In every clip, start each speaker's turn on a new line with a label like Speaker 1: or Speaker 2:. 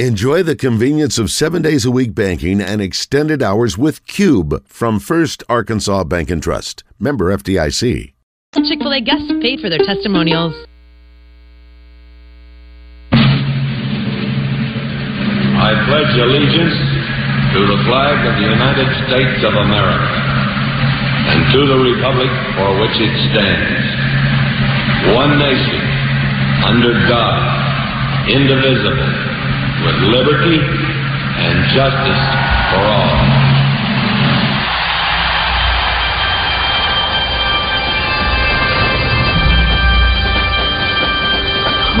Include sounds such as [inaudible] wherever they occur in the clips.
Speaker 1: Enjoy the convenience of seven days a week banking and extended hours with Cube from First Arkansas Bank and Trust. Member FDIC.
Speaker 2: Some Chick fil A guests paid for their testimonials.
Speaker 3: I pledge allegiance to the flag of the United States of America and to the republic for which it stands, one nation, under God, indivisible, with liberty and justice for all.
Speaker 4: Oh, say,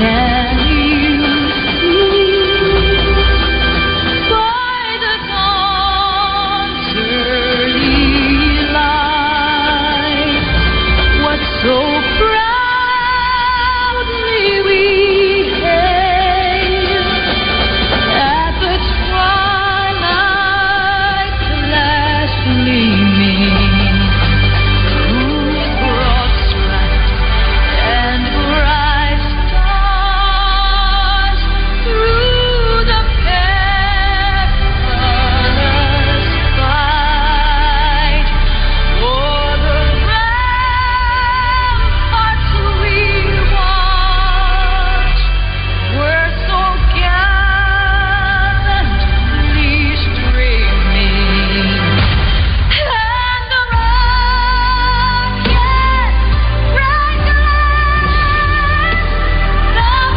Speaker 4: can you see by the dawn's early light what so proudly we hailed at the twilight's last gleaming? Who brought strength? And bright stars through the perilous fight o'er the ramparts we watched were so gallantly streaming, and the rocket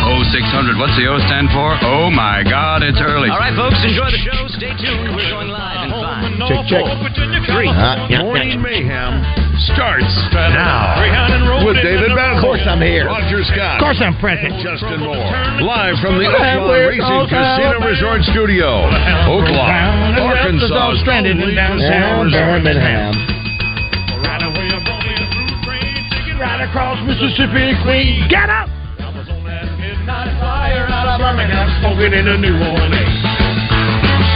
Speaker 5: Oh, 0600. What's the O stand for? Oh, my God, it's early.
Speaker 6: All right, folks, enjoy the show. Stay tuned. We're going live in five.
Speaker 5: Check, check.
Speaker 6: Three.
Speaker 5: Uh, yeah,
Speaker 6: Morning
Speaker 5: yeah.
Speaker 6: mayhem starts
Speaker 5: now.
Speaker 6: Rehan and Roland
Speaker 5: With David
Speaker 6: and
Speaker 5: Basil. Of course I'm here.
Speaker 6: Roger Scott.
Speaker 5: Of course I'm
Speaker 6: present. And Justin Moore.
Speaker 3: Live from the
Speaker 6: And
Speaker 3: Oaklawn
Speaker 6: we're
Speaker 3: Racing
Speaker 6: all
Speaker 3: Casino
Speaker 6: down.
Speaker 3: Resort Studio,
Speaker 6: Down
Speaker 3: Oaklawn,
Speaker 6: and around us all
Speaker 3: Arkansas.
Speaker 6: stranded in downtown
Speaker 7: Birmingham.
Speaker 6: Right across Mississippi, Queen. Get up! Smoking in a New Orleans.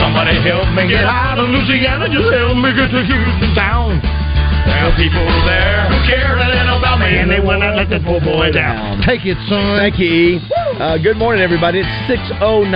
Speaker 6: Somebody help me get out of Louisiana. Just help me get to Houston town. There are people there who care a little about me, and they will not let that poor boy down.
Speaker 7: Take it, son. Thank you, E. Uh, good morning, everybody. It's 6.09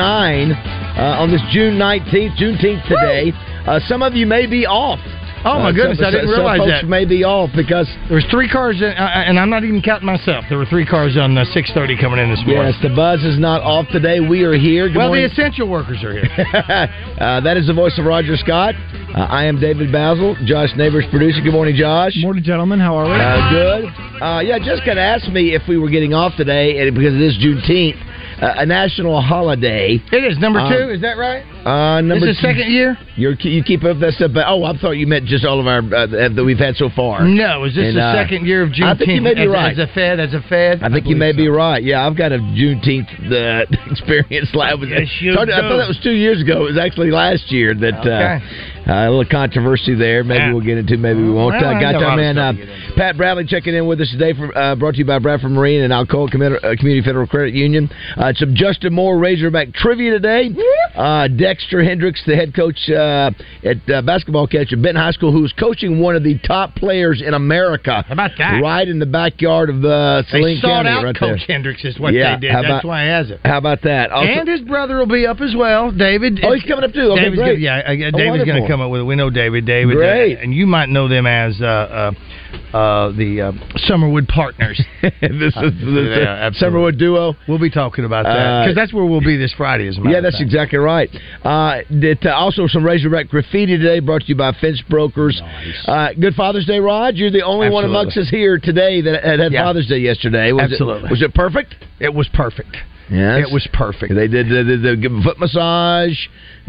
Speaker 7: uh, on this June 19th, Juneteenth today. Uh, some of you may be off.
Speaker 8: Oh, my
Speaker 7: Uh,
Speaker 8: goodness,
Speaker 7: some-
Speaker 8: I didn't
Speaker 7: some
Speaker 8: realize
Speaker 7: folks
Speaker 8: that.
Speaker 7: may be off because...
Speaker 8: There was three cars, in, uh, and I'm not even counting myself. There were three cars on uh, 6:30 coming in this morning.
Speaker 7: Yes, the buzz is not off today. We are here. Good
Speaker 8: well,
Speaker 7: morning.
Speaker 8: the essential workers are here.
Speaker 7: [laughs] uh, that is the voice of Roger Scott. Uh, I am David Basil, Josh Neighbors producer. Good morning, Josh. Morning, gentlemen. How are we? Uh, good. Uh, yeah, Jessica had asked me if we were getting off today, and because it is Juneteenth, uh, a national holiday.
Speaker 8: It is number
Speaker 7: Um,
Speaker 8: two. Is that right?
Speaker 7: Uh, number
Speaker 8: this is
Speaker 7: two-
Speaker 8: second year.
Speaker 7: You're, you keep up that stuff, but oh, I thought you meant just all of our uh, that we've had so far.
Speaker 8: No, is this
Speaker 7: And,
Speaker 8: the
Speaker 7: uh,
Speaker 8: second year of Juneteenth?
Speaker 7: I think you may be
Speaker 8: as,
Speaker 7: right.
Speaker 8: As a Fed, as a Fed.
Speaker 7: I think you may be right. Yeah, I've got a Juneteenth uh, [laughs] experience. Last,
Speaker 8: Yes, you
Speaker 7: Sorry, I
Speaker 8: do.
Speaker 7: thought that was two years ago. It was actually last year that
Speaker 8: Okay.
Speaker 7: uh, uh, a little controversy there. Maybe we'll get into. Maybe we won't.
Speaker 8: Well,
Speaker 7: uh,
Speaker 8: I
Speaker 7: got
Speaker 8: know
Speaker 7: our
Speaker 8: a lot of
Speaker 7: man uh,
Speaker 8: stuff
Speaker 7: Pat Bradley checking in with us today. From, uh, brought to you by Bradford Marine and Alcoa Commu- uh, Community Federal Credit Union. Uh, some Justin Moore Razorback trivia today. Uh, Dexter Hendricks, the head coach uh, at uh, basketball coach at Benton High School, who's coaching one of the top players in America. How about
Speaker 8: that?
Speaker 7: Right in the backyard of uh,
Speaker 8: They
Speaker 7: Saline
Speaker 8: sought
Speaker 7: County,
Speaker 8: out
Speaker 7: right
Speaker 8: Coach
Speaker 7: there.
Speaker 8: Hendricks is what
Speaker 7: Yeah,
Speaker 8: they did.
Speaker 7: how
Speaker 8: That's
Speaker 7: about-
Speaker 8: why he has it.
Speaker 7: How about that? Also-
Speaker 8: and his brother will be up as well, David.
Speaker 7: Oh, he's coming up too. Okay,
Speaker 8: David's
Speaker 7: great.
Speaker 8: Gonna, yeah, uh,
Speaker 7: Oh,
Speaker 8: David's going
Speaker 7: wonderful.
Speaker 8: to come up with it. We know David. David, uh,
Speaker 7: Great.
Speaker 8: and you might know them as uh, uh, uh, the uh,
Speaker 9: Summerwood
Speaker 7: [laughs]
Speaker 9: Partners.
Speaker 8: this is
Speaker 9: yeah,
Speaker 7: Summerwood Duo.
Speaker 8: We'll be talking about
Speaker 7: Uh,
Speaker 8: that because that's where we'll be this Friday. As a matter
Speaker 7: Yeah,
Speaker 8: of
Speaker 7: that's
Speaker 8: fact.
Speaker 7: exactly right. Uh, that, uh, also, some Razorback graffiti today brought to you by Fence Brokers. Uh, good Father's Day, Rod. You're the only one
Speaker 8: Absolutely.
Speaker 7: amongst us here today that had, had
Speaker 8: Yeah.
Speaker 7: Father's Day yesterday. Was
Speaker 8: Absolutely.
Speaker 7: It, was it perfect?
Speaker 8: It was perfect.
Speaker 7: Yes.
Speaker 8: It was perfect.
Speaker 7: They did, they did the foot massage.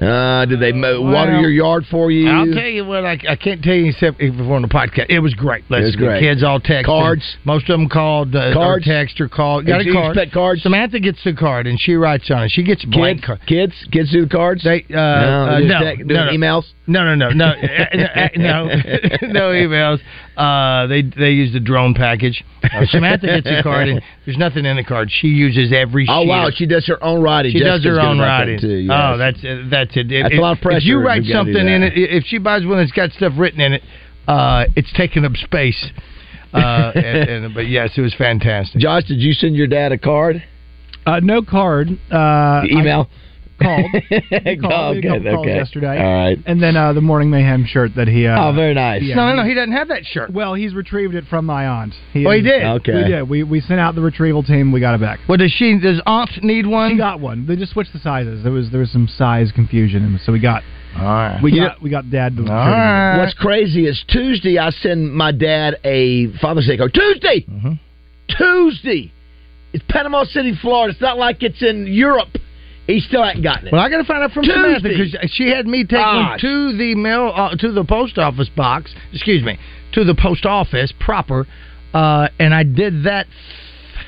Speaker 7: Uh, did they mo- water
Speaker 8: well,
Speaker 7: your yard for you?
Speaker 8: I'll tell you what, I, I can't tell you except if we're on the podcast. It was great. Listen,
Speaker 7: was great.
Speaker 8: The kids all text.
Speaker 7: Cards.
Speaker 8: Most of them called. Uh,
Speaker 7: Cards.
Speaker 8: Or text or called. Got
Speaker 7: Did
Speaker 8: a
Speaker 7: you
Speaker 8: card.
Speaker 7: expect cards?
Speaker 8: Samantha gets the card and she writes on it. She gets blank
Speaker 7: Kids,
Speaker 8: card.
Speaker 7: kids, kids do the cards.
Speaker 8: They, uh,
Speaker 7: no,
Speaker 8: uh,
Speaker 7: they
Speaker 8: no,
Speaker 7: just text- do
Speaker 8: no, no,
Speaker 7: emails.
Speaker 8: No, no, no, no, uh, no, no [laughs] emails. Uh, they they use the drone package. Uh, Samantha gets a card, and there's nothing in the card. She uses every.
Speaker 7: Oh
Speaker 8: sheet
Speaker 7: wow,
Speaker 8: of-
Speaker 7: she does her own writing.
Speaker 8: She does
Speaker 7: Jessica's
Speaker 8: her
Speaker 7: good
Speaker 8: own
Speaker 7: about that
Speaker 8: writing.
Speaker 7: Too, yes.
Speaker 8: Oh, that's uh, that's it. If,
Speaker 7: That's a lot of
Speaker 8: If you
Speaker 7: pressure
Speaker 8: write
Speaker 7: if you gotta do
Speaker 8: something in it,
Speaker 7: that.
Speaker 8: if she buys one that's got stuff written in it, uh, it's taking up space.
Speaker 7: [laughs]
Speaker 8: Uh, and, and, but yes, it was fantastic.
Speaker 7: Josh, did you send your dad a card?
Speaker 10: Uh, no card. Uh,
Speaker 7: The email.
Speaker 10: I
Speaker 7: Oh, [laughs]
Speaker 10: called.
Speaker 7: okay,
Speaker 10: called. We had a couple calls yesterday.
Speaker 7: All right.
Speaker 10: And then uh, the morning mayhem shirt that he. Uh,
Speaker 7: oh, very nice.
Speaker 10: yeah.
Speaker 8: No, no, no. He doesn't have that shirt.
Speaker 10: Well, he's retrieved it from my aunt. He
Speaker 8: Oh, he
Speaker 10: is-
Speaker 8: did.
Speaker 7: Okay.
Speaker 10: We did. We we sent out the retrieval team. We got it back.
Speaker 8: Well, does she? Does Aunt need one?
Speaker 10: She got one. They just switched the sizes. There was there was some size confusion, and so we got
Speaker 8: All right.
Speaker 10: we
Speaker 7: You
Speaker 10: got we got dad. The
Speaker 8: All
Speaker 10: Uh,
Speaker 8: right.
Speaker 7: What's crazy is Tuesday I send my dad a Father's Day card. Tuesday,
Speaker 10: Mm-hmm.
Speaker 7: Tuesday. It's Panama City, Florida. It's not like it's in Europe. He still hasn't gotten it.
Speaker 8: Well, I got to find out from
Speaker 7: Tuesday.
Speaker 8: Samantha because she had me take
Speaker 7: Ah.
Speaker 8: one to the mail uh, to the post office box. Excuse me, to the post office proper, uh, and I did that th-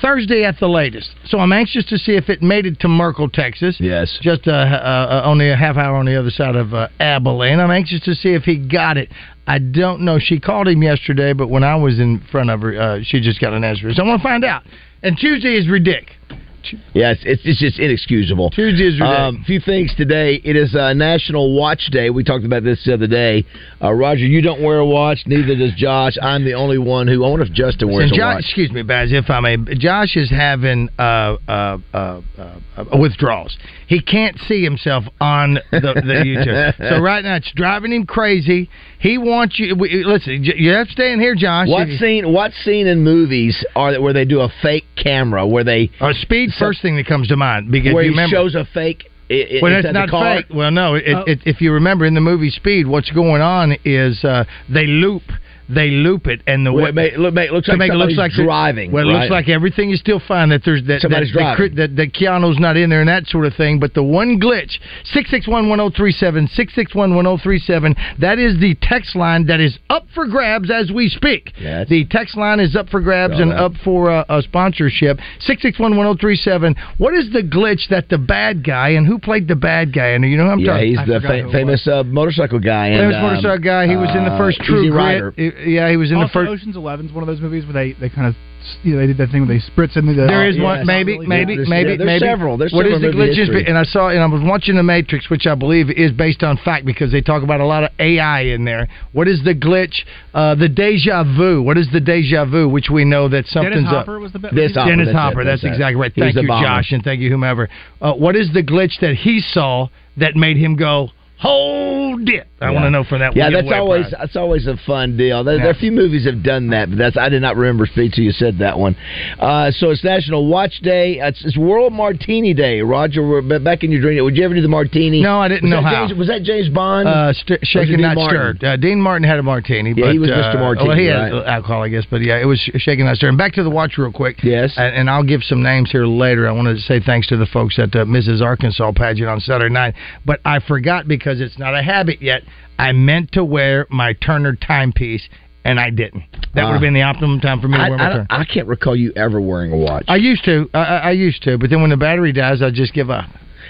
Speaker 8: Thursday at the latest. So I'm anxious to see if it made it to Merkel, Texas.
Speaker 7: yes.
Speaker 8: Just uh, uh, uh, only a half hour on the other side of uh, Abilene. I'm anxious to see if he got it. I don't know. She called him yesterday, but when I was in front of her, uh, she just got an answer. So I want to find out. And Tuesday is ridic.
Speaker 7: Yes, it's, it's just inexcusable.
Speaker 8: Tuesday is ridic.
Speaker 7: Um, a few things today. It is uh, National Watch Day. We talked about this the other day. Uh, Roger, you don't wear a watch. Neither does Josh. I'm the only one who. I wonder if Justin wears
Speaker 8: And
Speaker 7: a
Speaker 8: Josh,
Speaker 7: watch.
Speaker 8: excuse me, Baz, if I may, Josh is having uh, uh, uh, uh, uh, withdrawals. He can't see himself on the,
Speaker 7: [laughs]
Speaker 8: the YouTube. So right now, it's driving him crazy. He wants you. We, listen, you have to stay in here, Josh.
Speaker 7: What
Speaker 8: If-
Speaker 7: scene? What scene in movies are that where they do a fake camera where they
Speaker 8: uh, speed first thing that comes to mind because
Speaker 7: where
Speaker 8: you
Speaker 7: he
Speaker 8: remember.
Speaker 7: shows a fake? i- i-
Speaker 8: well,
Speaker 7: inside
Speaker 8: that's
Speaker 7: the
Speaker 8: not
Speaker 7: car?
Speaker 8: fake. Well, no. It,
Speaker 10: Oh.
Speaker 8: it, if you remember in the movie Speed, what's going on is uh, they loop, they loop it, and the
Speaker 7: Well,
Speaker 8: way
Speaker 7: it, may, look, may, it looks
Speaker 8: to
Speaker 7: like
Speaker 8: make it look
Speaker 7: somebody's
Speaker 8: like
Speaker 7: driving.
Speaker 8: well, it
Speaker 7: right?
Speaker 8: looks like everything is still fine. That there's that
Speaker 7: Somebody's
Speaker 8: that, that,
Speaker 7: driving.
Speaker 8: that, that Keanu's not in there and that sort of thing. But the one glitch six six one one zero three seven six six one one zero three seven. That is the text line that is up for grabs as we speak.
Speaker 7: Yes.
Speaker 8: The text line is up for grabs
Speaker 7: Got
Speaker 8: and
Speaker 7: it.
Speaker 8: up for uh, a sponsorship six six one one zero three seven. What is the glitch that the bad guy and who played the bad guy? And you know who I'm
Speaker 7: yeah,
Speaker 8: talking.
Speaker 7: he's
Speaker 8: I
Speaker 7: the
Speaker 8: forgot who
Speaker 7: fa-
Speaker 8: it was.
Speaker 7: famous uh, motorcycle guy. and,
Speaker 8: Famous
Speaker 7: um,
Speaker 8: motorcycle guy. He was in the
Speaker 7: uh,
Speaker 8: first
Speaker 7: Easy
Speaker 8: True
Speaker 7: Rider.
Speaker 8: Grit. Yeah, he was in
Speaker 10: also,
Speaker 8: the first.
Speaker 10: Ocean's Eleven's one of those movies where they they kind of you know, they did that thing where they spritz into the.
Speaker 8: There is
Speaker 7: yes.
Speaker 8: one, maybe,
Speaker 10: Yeah,
Speaker 8: maybe,
Speaker 7: there's-
Speaker 8: maybe,
Speaker 7: yeah, there's
Speaker 8: maybe.
Speaker 7: several. There's
Speaker 8: What is
Speaker 7: several
Speaker 8: the
Speaker 7: movie
Speaker 8: glitch? is-
Speaker 7: history.
Speaker 8: And I saw, and I was watching The Matrix, which I believe is based on fact because they talk about a lot of AI in there. What is the glitch? Uh, the deja vu. What is the deja vu? Which we know that something's
Speaker 10: Dennis
Speaker 8: up.
Speaker 10: Hopper was the best.
Speaker 7: This Hopper,
Speaker 8: Dennis
Speaker 7: that's it,
Speaker 8: Hopper.
Speaker 7: that's
Speaker 8: That's,
Speaker 7: it.
Speaker 8: exactly right.
Speaker 7: He was
Speaker 8: Thank
Speaker 7: the
Speaker 8: you,
Speaker 7: bomber.
Speaker 8: Josh, and thank you, whomever. Uh, what is the glitch that he saw that made him go, "Hold it"? I want to know from that.
Speaker 7: Yeah,
Speaker 8: We give
Speaker 7: that's
Speaker 8: away a
Speaker 7: always
Speaker 8: prize.
Speaker 7: that's always a fun deal. There, there are a
Speaker 8: Yeah.
Speaker 7: few movies have done that, but that's I did not remember Speed till you said that one. Uh, so it's National Watch Day. It's, it's World Martini Day. Roger, we're b- back in your dream. Would you ever do the martini?
Speaker 8: No, I didn't
Speaker 7: was
Speaker 8: know
Speaker 7: that
Speaker 8: how.
Speaker 7: James, was that James Bond?
Speaker 8: Uh, st-
Speaker 7: Dean
Speaker 8: shaken, not
Speaker 7: Martin?
Speaker 8: stirred. Uh, Dean Martin had a martini.
Speaker 7: Yeah,
Speaker 8: but,
Speaker 7: he was
Speaker 8: uh,
Speaker 7: Mr. Martini,
Speaker 8: Well, he had
Speaker 7: right?
Speaker 8: alcohol, I guess, but yeah, it was sh- shaken, not stirred. And back to the watch real quick.
Speaker 7: Yes.
Speaker 8: And, and I'll give some names here later. I wanted to say thanks to the folks at uh, Mrs. Arkansas pageant on Saturday night, but I forgot because it's not a habit yet. I meant to wear my Turner timepiece, and I didn't. That
Speaker 7: Ah.
Speaker 8: would have been the optimum time for me to
Speaker 7: I,
Speaker 8: wear my
Speaker 7: I,
Speaker 8: Turner.
Speaker 7: don't- I can't recall you ever wearing a watch.
Speaker 8: I used to, I, I I used to, but then when the battery dies, I just give up.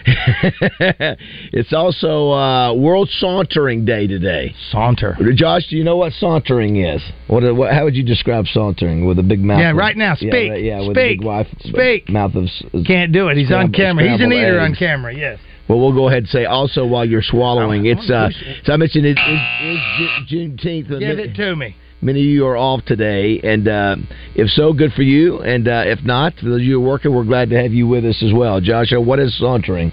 Speaker 7: [laughs] it's also uh, World Sauntering Day today.
Speaker 8: Saunter.
Speaker 7: Josh, do you know what sauntering is? What, what how would you describe sauntering with a big mouth?
Speaker 8: Yeah,
Speaker 7: of-
Speaker 8: right now, speak,
Speaker 7: Yeah, right- yeah with a big
Speaker 8: speak,
Speaker 7: wife,
Speaker 8: speak.
Speaker 7: mouth of s-
Speaker 8: Can't do it. He's on
Speaker 7: Scramble-
Speaker 8: camera. He's an
Speaker 7: scrambled
Speaker 8: eater on
Speaker 7: eggs.
Speaker 8: camera. Yes.
Speaker 7: Well, we'll go ahead and say also while you're swallowing, it's uh, so I mentioned it is Ju- Juneteenth. and
Speaker 8: Give
Speaker 7: ma-
Speaker 8: it to me.
Speaker 7: Many of you are off today, and uh, if so, good for you. And uh, if not, for those of you who are working, we're glad to have you with us as well. Joshua, what is sauntering?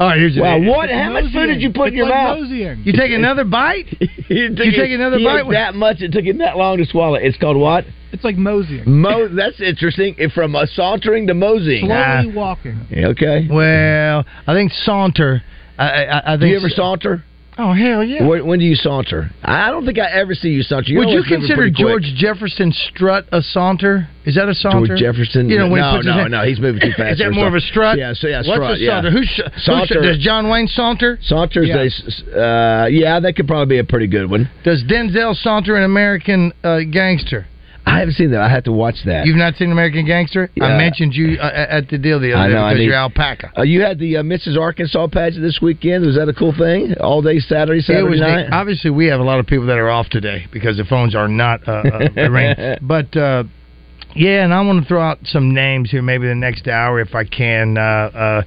Speaker 8: All right, here's
Speaker 7: Wow,
Speaker 8: an idiot.
Speaker 7: what? How much food did you put in your mouth?
Speaker 8: You take another bite?
Speaker 7: [laughs] you
Speaker 8: You take another
Speaker 7: he
Speaker 8: bite
Speaker 7: ate
Speaker 8: with-
Speaker 7: that much. It took him that long to swallow. It's called what?
Speaker 10: It's like moseying.
Speaker 7: Mo. That's interesting. It- From uh, sauntering to moseying.
Speaker 10: Slowly walking.
Speaker 7: Okay.
Speaker 8: Well, I think saunter. I, I, I
Speaker 7: Do
Speaker 8: think
Speaker 7: you ever saunter?
Speaker 8: Oh hell yeah!
Speaker 7: When, when do you saunter? I don't think I ever see you saunter.
Speaker 8: Would you
Speaker 7: always move it
Speaker 8: consider
Speaker 7: pretty quick.
Speaker 8: George Jefferson strut a saunter? Is that a saunter?
Speaker 7: George Jefferson?
Speaker 8: You know, when he
Speaker 7: no,
Speaker 8: puts his
Speaker 7: no,
Speaker 8: hand-
Speaker 7: no. He's moving too fast.
Speaker 8: [laughs] Is that
Speaker 7: for
Speaker 8: more of a strut?
Speaker 7: Yeah, so yeah,
Speaker 8: What's
Speaker 7: strut,
Speaker 8: a
Speaker 7: yeah.
Speaker 8: saunter? Who's,
Speaker 7: Saunter.
Speaker 8: Who's, does John Wayne saunter?
Speaker 7: Saunter's
Speaker 8: Yeah.
Speaker 7: a s- uh, yeah, that could probably be a pretty good one.
Speaker 8: Does Denzel saunter an American uh, gangster?
Speaker 7: I haven't seen that. I have to watch that.
Speaker 8: You've not seen American Gangster?
Speaker 7: Yeah.
Speaker 8: I mentioned you uh, at the deal the other
Speaker 7: I
Speaker 8: day
Speaker 7: know, I
Speaker 8: because
Speaker 7: need-
Speaker 8: you're alpaca.
Speaker 7: Uh, you had the uh, Mrs. Arkansas pageant this weekend. Was that a cool thing? All day Saturday, Saturday
Speaker 8: it was
Speaker 7: night.
Speaker 8: neat. obviously we have a lot of people that are off today because the phones are not
Speaker 7: [laughs]
Speaker 8: uh, uh, arranged. But uh, yeah, and I want to throw out some names here, maybe the next hour if I can, uh, uh,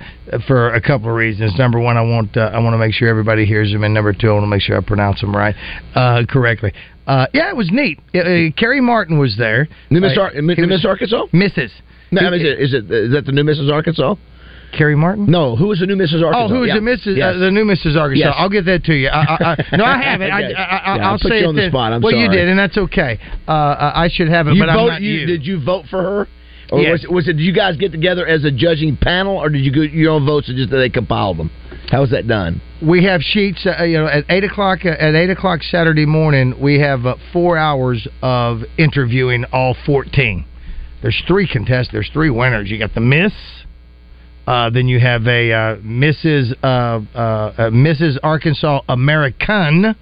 Speaker 8: for a couple of reasons. Number one, I want uh, I want to make sure everybody hears them, and number two, I want to make sure I pronounce them right uh, correctly. Uh, yeah, it was neat. Uh, uh, Carrie Martin was there.
Speaker 7: New Miss
Speaker 8: Uh,
Speaker 7: Ar- Mi-
Speaker 8: he
Speaker 7: New
Speaker 8: was-
Speaker 7: Miss Arkansas?
Speaker 8: Mrs.
Speaker 7: No, I mean, is, it, is it is that the new Mrs. Arkansas?
Speaker 8: Carrie Martin?
Speaker 7: No, who was the new Mrs. Arkansas?
Speaker 8: Oh, who is
Speaker 7: Yeah.
Speaker 8: the Mrs.
Speaker 7: Yes.
Speaker 8: Uh, the new Mrs. Arkansas?
Speaker 7: Yes.
Speaker 8: I'll get that to you. I, I,
Speaker 7: [laughs]
Speaker 8: I, no, I haven't. I,
Speaker 7: Okay.
Speaker 8: I, I,
Speaker 7: Yeah, I
Speaker 8: will
Speaker 7: put
Speaker 8: say
Speaker 7: you
Speaker 8: it
Speaker 7: on the
Speaker 8: then.
Speaker 7: spot. I'm
Speaker 8: well, you
Speaker 7: sorry.
Speaker 8: did, and that's okay. Uh, Uh, I should have it,
Speaker 7: You
Speaker 8: but I'm
Speaker 7: vote-
Speaker 8: not
Speaker 7: you-
Speaker 8: you.
Speaker 7: Did you vote for her? Or
Speaker 8: Yes.
Speaker 7: was, it, was it? Did you guys get together as a judging panel, or did you get your own votes and just they compiled them? How was that done?
Speaker 8: We have sheets. Uh, you know, at eight o'clock uh, at eight o'clock Saturday morning, we have uh, four hours of interviewing all fourteen. There's three contestants. There's three winners. You got the Miss. Uh, then you have a uh, Mrs. Uh, uh, uh, Mrs. Arkansas American,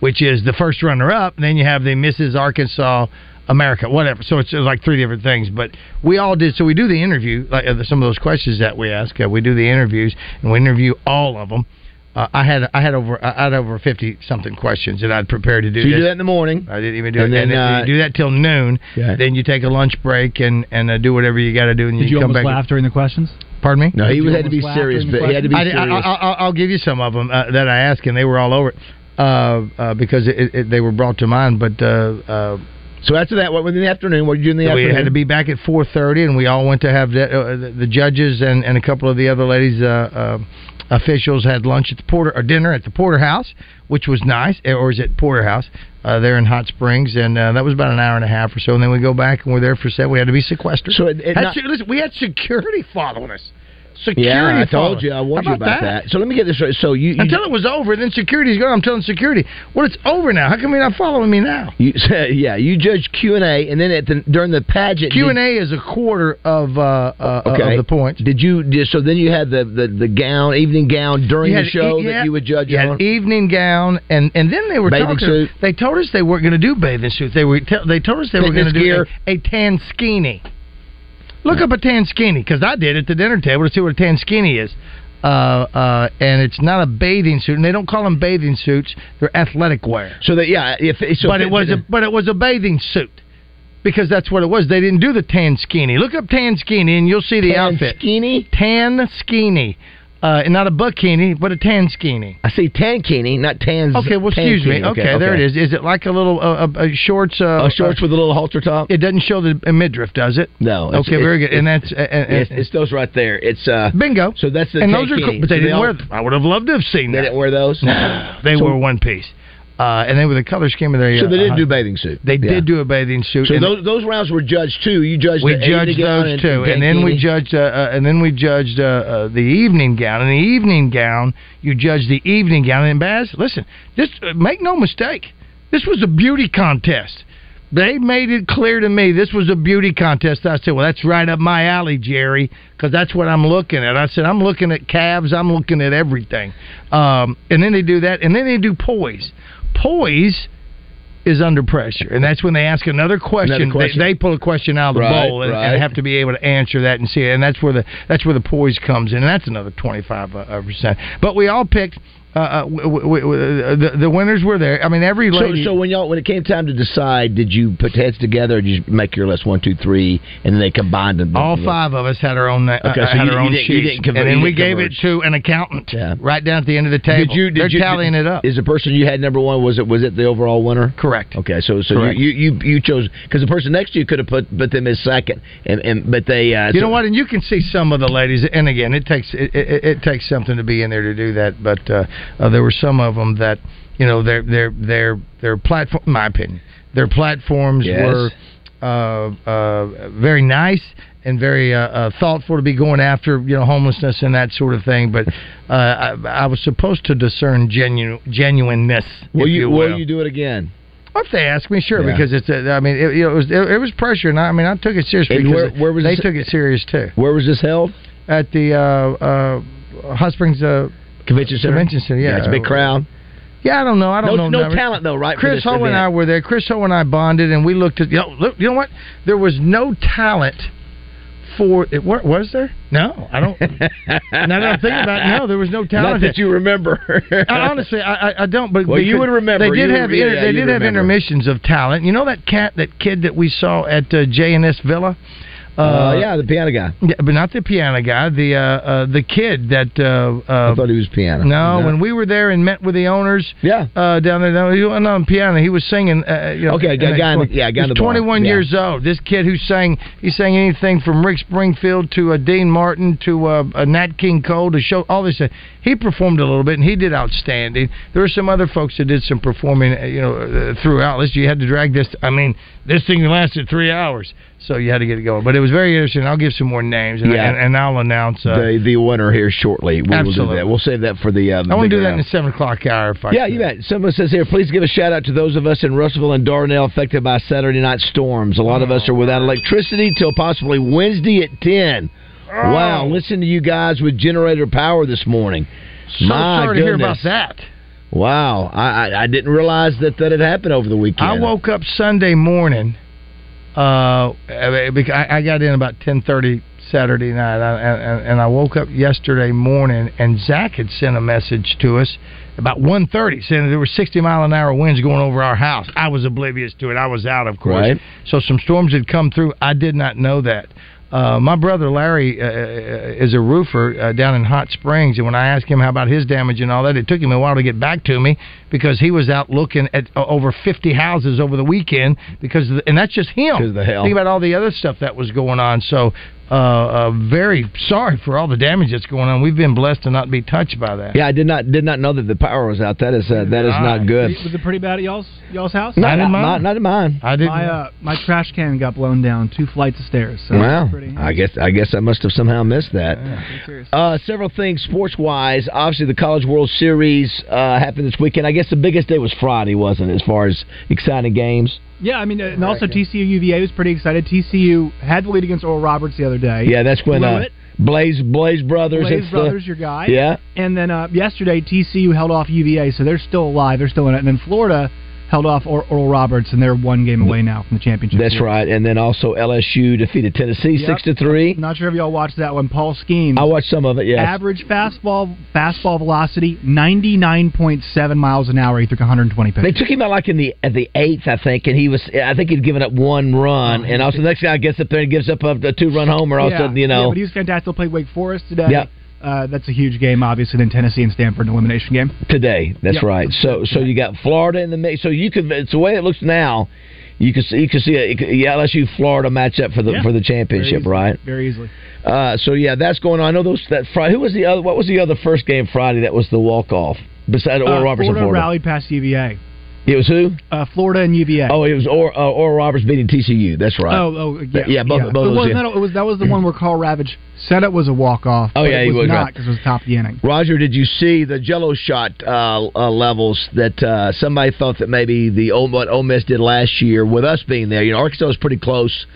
Speaker 8: which is the first runner-up. Then you have the Mrs. Arkansas America, whatever. So it's uh, like three different things. But we all did. So we do the interview. Like uh, some of those questions that we ask, uh, we do the interviews, and we interview all of them. Uh, I had I had over I had over fifty something questions that I'd prepared to do.
Speaker 7: So you
Speaker 8: this.
Speaker 7: do that in the morning.
Speaker 8: I didn't even do
Speaker 7: And
Speaker 8: it.
Speaker 7: then,
Speaker 8: and
Speaker 7: uh,
Speaker 8: you do that till noon. Then you take a lunch break and and uh, do whatever you got to do, and
Speaker 10: Did
Speaker 8: you,
Speaker 10: you
Speaker 8: come
Speaker 10: almost
Speaker 8: back.
Speaker 10: laugh during the questions?
Speaker 8: Pardon me?
Speaker 7: No, he
Speaker 10: Did you
Speaker 7: had to be
Speaker 10: almost laugh
Speaker 7: serious,
Speaker 10: during the
Speaker 7: but he had to be
Speaker 8: I,
Speaker 7: serious.
Speaker 8: I, I, I'll give you some of them uh, that I asked, and they were all over it uh, uh, because it, it, they were brought to mind. But uh, uh,
Speaker 7: so after that, what in the afternoon? What did you do in the
Speaker 8: we
Speaker 7: afternoon?
Speaker 8: had to be back at four thirty, and we all went to have the, uh, the- the judges and, and a couple of the other ladies. Uh, uh, Officials had lunch at the Porter or dinner at the Porter House, which was nice, eh, or is it Porter House uh, there in Hot Springs, and uh, that was about an hour and a half or so, and then we go back and we're there for set. We had to be sequestered.
Speaker 7: So it- it
Speaker 8: Had
Speaker 7: not-
Speaker 8: se- listen, we had security following us. Security.
Speaker 7: yeah, I told
Speaker 8: following-
Speaker 7: you. I warned
Speaker 8: How
Speaker 7: you about that? So let me get this right. So you, you
Speaker 8: until it was over, then security's gone. I'm telling security, well, it's over now. How come you're not following me now?
Speaker 7: [laughs] You said, yeah, you judge Q and A, and then at the, during the pageant,
Speaker 8: Q and A is a quarter of uh, uh,
Speaker 7: Okay.
Speaker 8: of the points.
Speaker 7: Did you? Did, so then you had the, the, the gown, evening gown during
Speaker 8: You had
Speaker 7: the show
Speaker 8: e- yeah,
Speaker 7: that you would judge
Speaker 8: You had
Speaker 7: on.
Speaker 8: evening gown, and, and then they were
Speaker 7: Bathing
Speaker 8: talking.
Speaker 7: suit.
Speaker 8: They told us they weren't going to do bathing suit. They were te- they told us they were going
Speaker 7: Fitness
Speaker 8: to do
Speaker 7: gear.
Speaker 8: a, a tanskinny. Look up a tanskinny because I did at the dinner table to see what a tanskinny is. Uh, uh, and it's not a bathing suit, and they don't call them bathing suits. They're athletic wear.
Speaker 7: so that yeah, if so
Speaker 8: but it was a but it was a bathing suit because that's what it was. They didn't do the tan skinny. Look up tan skinny and you'll see the
Speaker 7: Tan
Speaker 8: outfit.
Speaker 7: skinny?
Speaker 8: Tan skinny. Uh, and not a buckini, but a tan skinny.
Speaker 7: I see tankini, not tans.
Speaker 8: Okay, well, excuse me.
Speaker 7: tankini.
Speaker 8: Okay, there it is. Is it like a little uh, uh, uh, shorts? Uh,
Speaker 7: A Oh, shorts with a little halter top.
Speaker 8: It doesn't show the uh, midriff, does it?
Speaker 7: No. it's-
Speaker 8: okay,
Speaker 7: it's-
Speaker 8: very good. and
Speaker 7: it's-
Speaker 8: that's uh, uh,
Speaker 7: it's, it's those right there. It's uh
Speaker 8: bingo.
Speaker 7: So that's the
Speaker 8: and those are
Speaker 7: tankini.
Speaker 8: cool, but
Speaker 7: So
Speaker 8: they didn't
Speaker 7: all-
Speaker 8: wear. Them. I would have loved to have seen
Speaker 7: They
Speaker 8: that.
Speaker 7: didn't wear those.
Speaker 8: They
Speaker 7: So-
Speaker 8: were one piece, uh, and they were the color scheme of their.
Speaker 7: So they
Speaker 8: uh,
Speaker 7: did do bathing suit.
Speaker 8: They
Speaker 7: Yeah.
Speaker 8: did do a bathing suit.
Speaker 7: So
Speaker 8: and-
Speaker 7: those those rounds were judged too. You judged.
Speaker 8: we
Speaker 7: the
Speaker 8: judged
Speaker 7: evening gown
Speaker 8: those two, and then we
Speaker 7: tankini.
Speaker 8: judged, uh, uh, and then we judged uh, uh, the evening gown. And the evening gown, you judged the evening gown. And Baz, listen, this uh, make no mistake, this was a beauty contest. They made it clear to me this was a beauty contest. I said, "Well, that's right up my alley, Jerry, because that's what I'm looking at." I said, "I'm looking at calves. I'm looking at everything." Um, and then they do that, and then they do poise. Poise is under pressure, and that's when they ask another question. They-
Speaker 7: question.
Speaker 8: They, pull a question out of the
Speaker 7: Right,
Speaker 8: bowl and,
Speaker 7: right.
Speaker 8: and have to be able to answer that and see it. And that's where the that's where the poise comes in. And that's another twenty five percent. uh, But we all picked Uh, uh, w- w- w- uh, the, the winners were there. I mean, every lady.
Speaker 7: So, so when y'all when it came time to decide, did you put heads together, or did you make your list one, two, three, and then they combined them?
Speaker 8: all five of us had our own. na- Uh,
Speaker 7: Okay, so
Speaker 8: had
Speaker 7: you-
Speaker 8: our
Speaker 7: you
Speaker 8: own
Speaker 7: didn't- you
Speaker 8: sheets.
Speaker 7: didn't conver-
Speaker 8: and
Speaker 7: you
Speaker 8: then we
Speaker 7: didn't
Speaker 8: gave
Speaker 7: converge.
Speaker 8: it to an accountant right down at the end of the table.
Speaker 7: Did you? Did
Speaker 8: They're
Speaker 7: you,
Speaker 8: tallying it up.
Speaker 7: Is the person you had number one? Was it? Was it the overall winner?
Speaker 8: Correct.
Speaker 7: Okay. So so
Speaker 8: Correct.
Speaker 7: you you you, you chose because the person next to you could have put put them as second, and, and but they uh,
Speaker 8: you
Speaker 7: so-
Speaker 8: know what? And you can see some of the ladies. And again, it takes it, it, it takes something to be in there to do that. But uh, uh, there were some of them that you know their their their their platform. In my opinion, their platforms
Speaker 11: Yes.
Speaker 8: were uh, uh, very nice and very uh, uh, thoughtful to be going after you know homelessness and that sort of thing. But uh, I, I was supposed to discern genu- genuineness.
Speaker 7: Will
Speaker 8: if
Speaker 7: you
Speaker 8: will.
Speaker 7: will you do it again?
Speaker 8: If they ask me, sure,
Speaker 7: Yeah.
Speaker 8: because it's. A, I mean, it, you know, it was it, it was pressure, and I, I mean, I took it seriously.
Speaker 7: And
Speaker 8: because
Speaker 7: where- where was
Speaker 8: they
Speaker 7: this-
Speaker 8: took it serious too?
Speaker 7: Where was this held?
Speaker 8: At the uh, uh, Hot Springs uh,
Speaker 7: Convention Center.
Speaker 8: Convention Center, yeah.
Speaker 7: it's a big crowd.
Speaker 8: Yeah, I don't know. I don't
Speaker 7: No-
Speaker 8: know.
Speaker 7: no
Speaker 8: numbers.
Speaker 7: talent, though, right, for
Speaker 8: Chris
Speaker 7: this
Speaker 8: Ho and
Speaker 7: event?
Speaker 8: I were there. Chris Ho and I bonded, and we looked at. You know, look, you know what? There was no talent for. It, what was there? No,
Speaker 7: [laughs]
Speaker 8: I don't. [laughs] now that I'm thinking about, it, no, there was no talent.
Speaker 7: Not that you remember.
Speaker 8: I, honestly, I, I- I don't. But
Speaker 7: Well, you
Speaker 8: because
Speaker 7: would remember.
Speaker 8: They did
Speaker 7: You-
Speaker 8: have
Speaker 7: yeah,
Speaker 8: inter- they
Speaker 7: you
Speaker 8: did have
Speaker 7: remember.
Speaker 8: intermissions of talent. You know that cat, that kid that we saw at uh, J and S Villa.
Speaker 7: [laughs] Uh, yeah, the piano guy.
Speaker 8: Yeah, but not the piano guy. The uh, uh, the kid that uh, uh,
Speaker 7: I thought he was piano.
Speaker 8: No, when we were there and met with the owners,
Speaker 7: yeah,
Speaker 8: uh, down there, no, he wasn't on piano. He was singing. Uh, you know,
Speaker 7: Okay, guy-
Speaker 8: and-
Speaker 7: guy in the- yeah, guy in
Speaker 8: He's
Speaker 7: the bar.
Speaker 8: 21
Speaker 7: Yeah.
Speaker 8: years old. This kid who sang, he sang anything from Rick Springfield to uh, Dean Martin to uh, uh, Nat King Cole to show all this. Uh, he performed a little bit and he did outstanding. There were some other folks that did some performing, uh, you know, uh, throughout. This you had to drag this. I mean, this thing lasted three hours, so you had to get it going. But it was very interesting. I'll give some more names and,
Speaker 7: Yeah.
Speaker 8: and, and I'll announce. Uh,
Speaker 7: the the winner here shortly. We will do
Speaker 8: Absolutely.
Speaker 7: that. We'll save that for the. Um,
Speaker 8: I want
Speaker 7: big
Speaker 8: to do that in
Speaker 7: round.
Speaker 8: the seven o'clock hour. If I
Speaker 7: Yeah,
Speaker 8: could.
Speaker 7: you bet. Someone says here, please give a shout out to those of us in Russellville and Darnell affected by Saturday night storms. A lot of us are without electricity till possibly Wednesday at 10. Wow, listen to you guys with generator power this morning.
Speaker 8: So
Speaker 7: My
Speaker 8: sorry to hear about
Speaker 7: goodness.
Speaker 8: that.
Speaker 7: Wow, I, I, I didn't realize that that had happened over the weekend.
Speaker 8: I woke up Sunday morning. Uh, I, I I got in about ten thirty Saturday night, I, and, and I woke up yesterday morning, and Zach had sent a message to us about one thirty, saying that there were sixty mile an hour winds going over our house. I was oblivious to it. I was out, of course.
Speaker 7: Right.
Speaker 8: So some storms had come through. I did not know that. Uh, my brother Larry uh, is a roofer uh, down in Hot Springs, and when I asked him how about his damage and all that, it took him a while to get back to me because he was out looking at uh, over 50 houses over the weekend because, of the, and that's just him.
Speaker 7: 'Cause of the hail.
Speaker 8: Oh, Think about all the other stuff that was going on. So, uh, uh, very sorry for all the damage that's going on. We've been blessed to not be touched by that.
Speaker 7: Yeah, I did not did not know that the power was out. That is uh, that is not good.
Speaker 10: Was it pretty bad at y'all's y'all's house?
Speaker 7: Not in Not- mine. not- not in mine. I didn't-
Speaker 10: My, uh, my trash can got blown down two flights of stairs. So
Speaker 7: wow,
Speaker 10: it's pretty-
Speaker 7: I guess I guess I must have somehow missed that. Uh, several things sports wise. Obviously, the College World Series uh, happened this weekend. I guess the biggest day was Friday, wasn't it? As far as exciting games.
Speaker 10: Yeah, I mean, uh, and also TCU UVA was pretty excited. TCU had the lead against Oral Roberts the other day.
Speaker 7: Yeah, that's when
Speaker 10: Blew
Speaker 7: uh,
Speaker 10: it.
Speaker 7: Blaze Blaze Brothers.
Speaker 10: Blaze
Speaker 7: it's the-
Speaker 10: Brothers, your guy.
Speaker 7: Yeah.
Speaker 10: And then uh, yesterday, TCU held off UVA, so they're still alive. They're still in it. And then Florida held off or- Oral Roberts, and they're one game away now from the championship.
Speaker 7: That's
Speaker 10: series.
Speaker 7: right. And then also LSU defeated Tennessee
Speaker 10: Yep.
Speaker 7: six to three.
Speaker 10: Not sure if y'all watched that one. Paul Skeens.
Speaker 7: I watched some of it. Yes.
Speaker 10: Average fastball fastball velocity ninety nine point seven miles an hour. He took one hundred and twenty
Speaker 7: They
Speaker 10: pitches.
Speaker 7: took him out like in the at the eighth, I think, and he was. I think he'd given up one run, and also the next guy gets up there and gives up a, a two run homer. All
Speaker 10: Oh, yeah.
Speaker 7: of a sudden, you
Speaker 10: Yeah,
Speaker 7: know,
Speaker 10: but he was fantastic. They'll play Wake Forest today.
Speaker 7: Yep.
Speaker 10: Uh, that's a huge game, obviously. Then Tennessee and Stanford an elimination game.
Speaker 7: today. That's
Speaker 10: Yep.
Speaker 7: right. So so you got Florida in the mix. So you could. It's the way it looks now. You could see- you could see a yeah, LSU Florida matchup for the
Speaker 10: Yeah.
Speaker 7: for the
Speaker 10: Very
Speaker 7: championship,
Speaker 10: easily.
Speaker 7: right?
Speaker 10: Very easily.
Speaker 7: Uh, so yeah, that's going on. I know those that Friday. Who was the other? What was the other first game Friday? That was the walk off. Beside Oral
Speaker 10: Uh,
Speaker 7: Roberts and
Speaker 10: Florida
Speaker 7: Florida.
Speaker 10: rallied past UVA.
Speaker 7: It was who?
Speaker 10: Uh, Florida and UVA.
Speaker 7: Oh, it was or, uh, Oral Roberts beating TCU. That's right.
Speaker 10: Oh, oh, yeah,
Speaker 7: yeah. Both, both
Speaker 10: But
Speaker 7: those,
Speaker 10: wasn't
Speaker 7: yeah.
Speaker 10: that, it was, that was the one where Carl Ravage said it was a walk off.
Speaker 7: Oh, yeah,
Speaker 10: it
Speaker 7: he
Speaker 10: was,
Speaker 7: was,
Speaker 10: not
Speaker 7: right.
Speaker 10: because it was top of the inning.
Speaker 7: Roger, did you see the Jello shot uh, uh, levels that uh, somebody thought that maybe the Ole, what Ole Miss did last year with us being there? You know, Arkansas was pretty close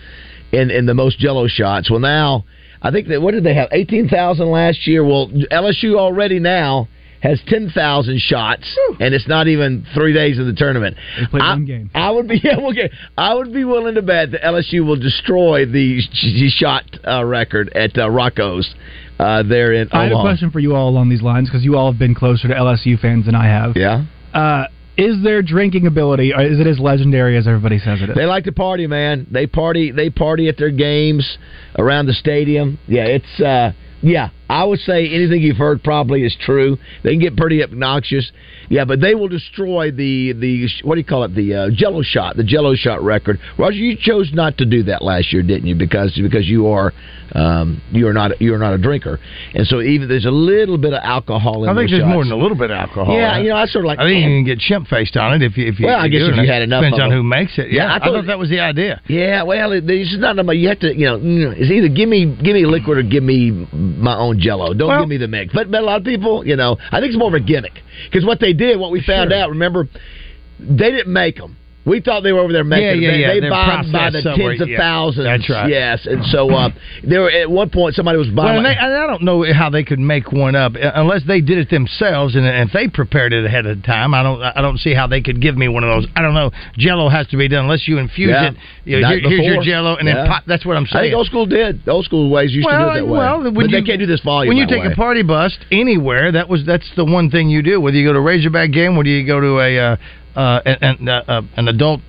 Speaker 7: in in the most Jello shots. Well, now I think that what did they have? Eighteen thousand last year. Well, LSU already now has 10,000 shots, and it's not even three days of the tournament. I, I would be [laughs] yeah, okay. I would be willing to bet that LSU will destroy the, the shot uh, record at uh, Rocco's uh, there in
Speaker 10: I have a
Speaker 7: Omaha.
Speaker 10: question for you all along these lines because you all have been closer to LSU fans than I have.
Speaker 7: Yeah.
Speaker 10: Uh, is their drinking ability or is it as legendary as everybody says it is?
Speaker 7: They like to party, man. They party. They party at their games around the stadium. Yeah, it's uh, yeah. I would say anything you've heard probably is true. They can get pretty obnoxious. Yeah, but they will destroy the the what do you call it? The uh, Jello shot, the Jello shot record. Roger, you chose not to do that last year, didn't you? Because because you are um, you are not you are not a drinker, and so even there's a little bit of alcohol in
Speaker 8: I think
Speaker 7: those
Speaker 8: there's
Speaker 7: shots.
Speaker 8: more than a little bit of alcohol.
Speaker 7: Yeah, you know, I sort of like.
Speaker 8: I think you can get chimp faced on it if you if you.
Speaker 7: Well, I
Speaker 8: you
Speaker 7: guess
Speaker 8: do
Speaker 7: if
Speaker 8: it.
Speaker 7: you had enough
Speaker 8: depends
Speaker 7: of
Speaker 8: on
Speaker 7: it.
Speaker 8: who makes it. Yeah, I thought, that was the idea.
Speaker 7: Yeah, well, it, it's just not about you have to, you know, mm, it's either give me give me liquid or give me my own Jello. Don't give me the mix. But, but a lot of people, you know, I think it's more of a gimmick because what they did, what we found out, remember, they didn't make them. We thought they were over there making
Speaker 8: Yeah,
Speaker 7: them. they,
Speaker 8: yeah, yeah.
Speaker 7: They
Speaker 8: They're
Speaker 7: buy 'em by
Speaker 8: processed
Speaker 7: the
Speaker 8: somewhere.
Speaker 7: tens of
Speaker 8: Yeah.
Speaker 7: thousands.
Speaker 8: That's right.
Speaker 7: Yes, and so uh, there were, at one point somebody was buying.
Speaker 8: Well, and,
Speaker 7: like-
Speaker 8: they, and I don't know how they could make one up uh, unless they did it themselves, and, and if they prepared it ahead of time. I don't, I don't see how they could give me one of those. I don't know. Jello has to be done unless you infuse
Speaker 7: Yeah.
Speaker 8: it. You know,
Speaker 7: Night
Speaker 8: here- here's your
Speaker 7: before.
Speaker 8: Jello, and
Speaker 7: Yeah.
Speaker 8: then pop. That's what I'm
Speaker 7: I
Speaker 8: saying.
Speaker 7: think old school did. The old school ways used
Speaker 8: Well,
Speaker 7: to do it that way.
Speaker 8: well, when
Speaker 7: but they
Speaker 8: you-
Speaker 7: can't do this volume.
Speaker 8: when you
Speaker 7: that
Speaker 8: take
Speaker 7: way.
Speaker 8: a party bus anywhere, that was that's the one thing you do. Whether you go to a Razorback game, whether you go to a uh, uh, an, an, uh, uh, an adult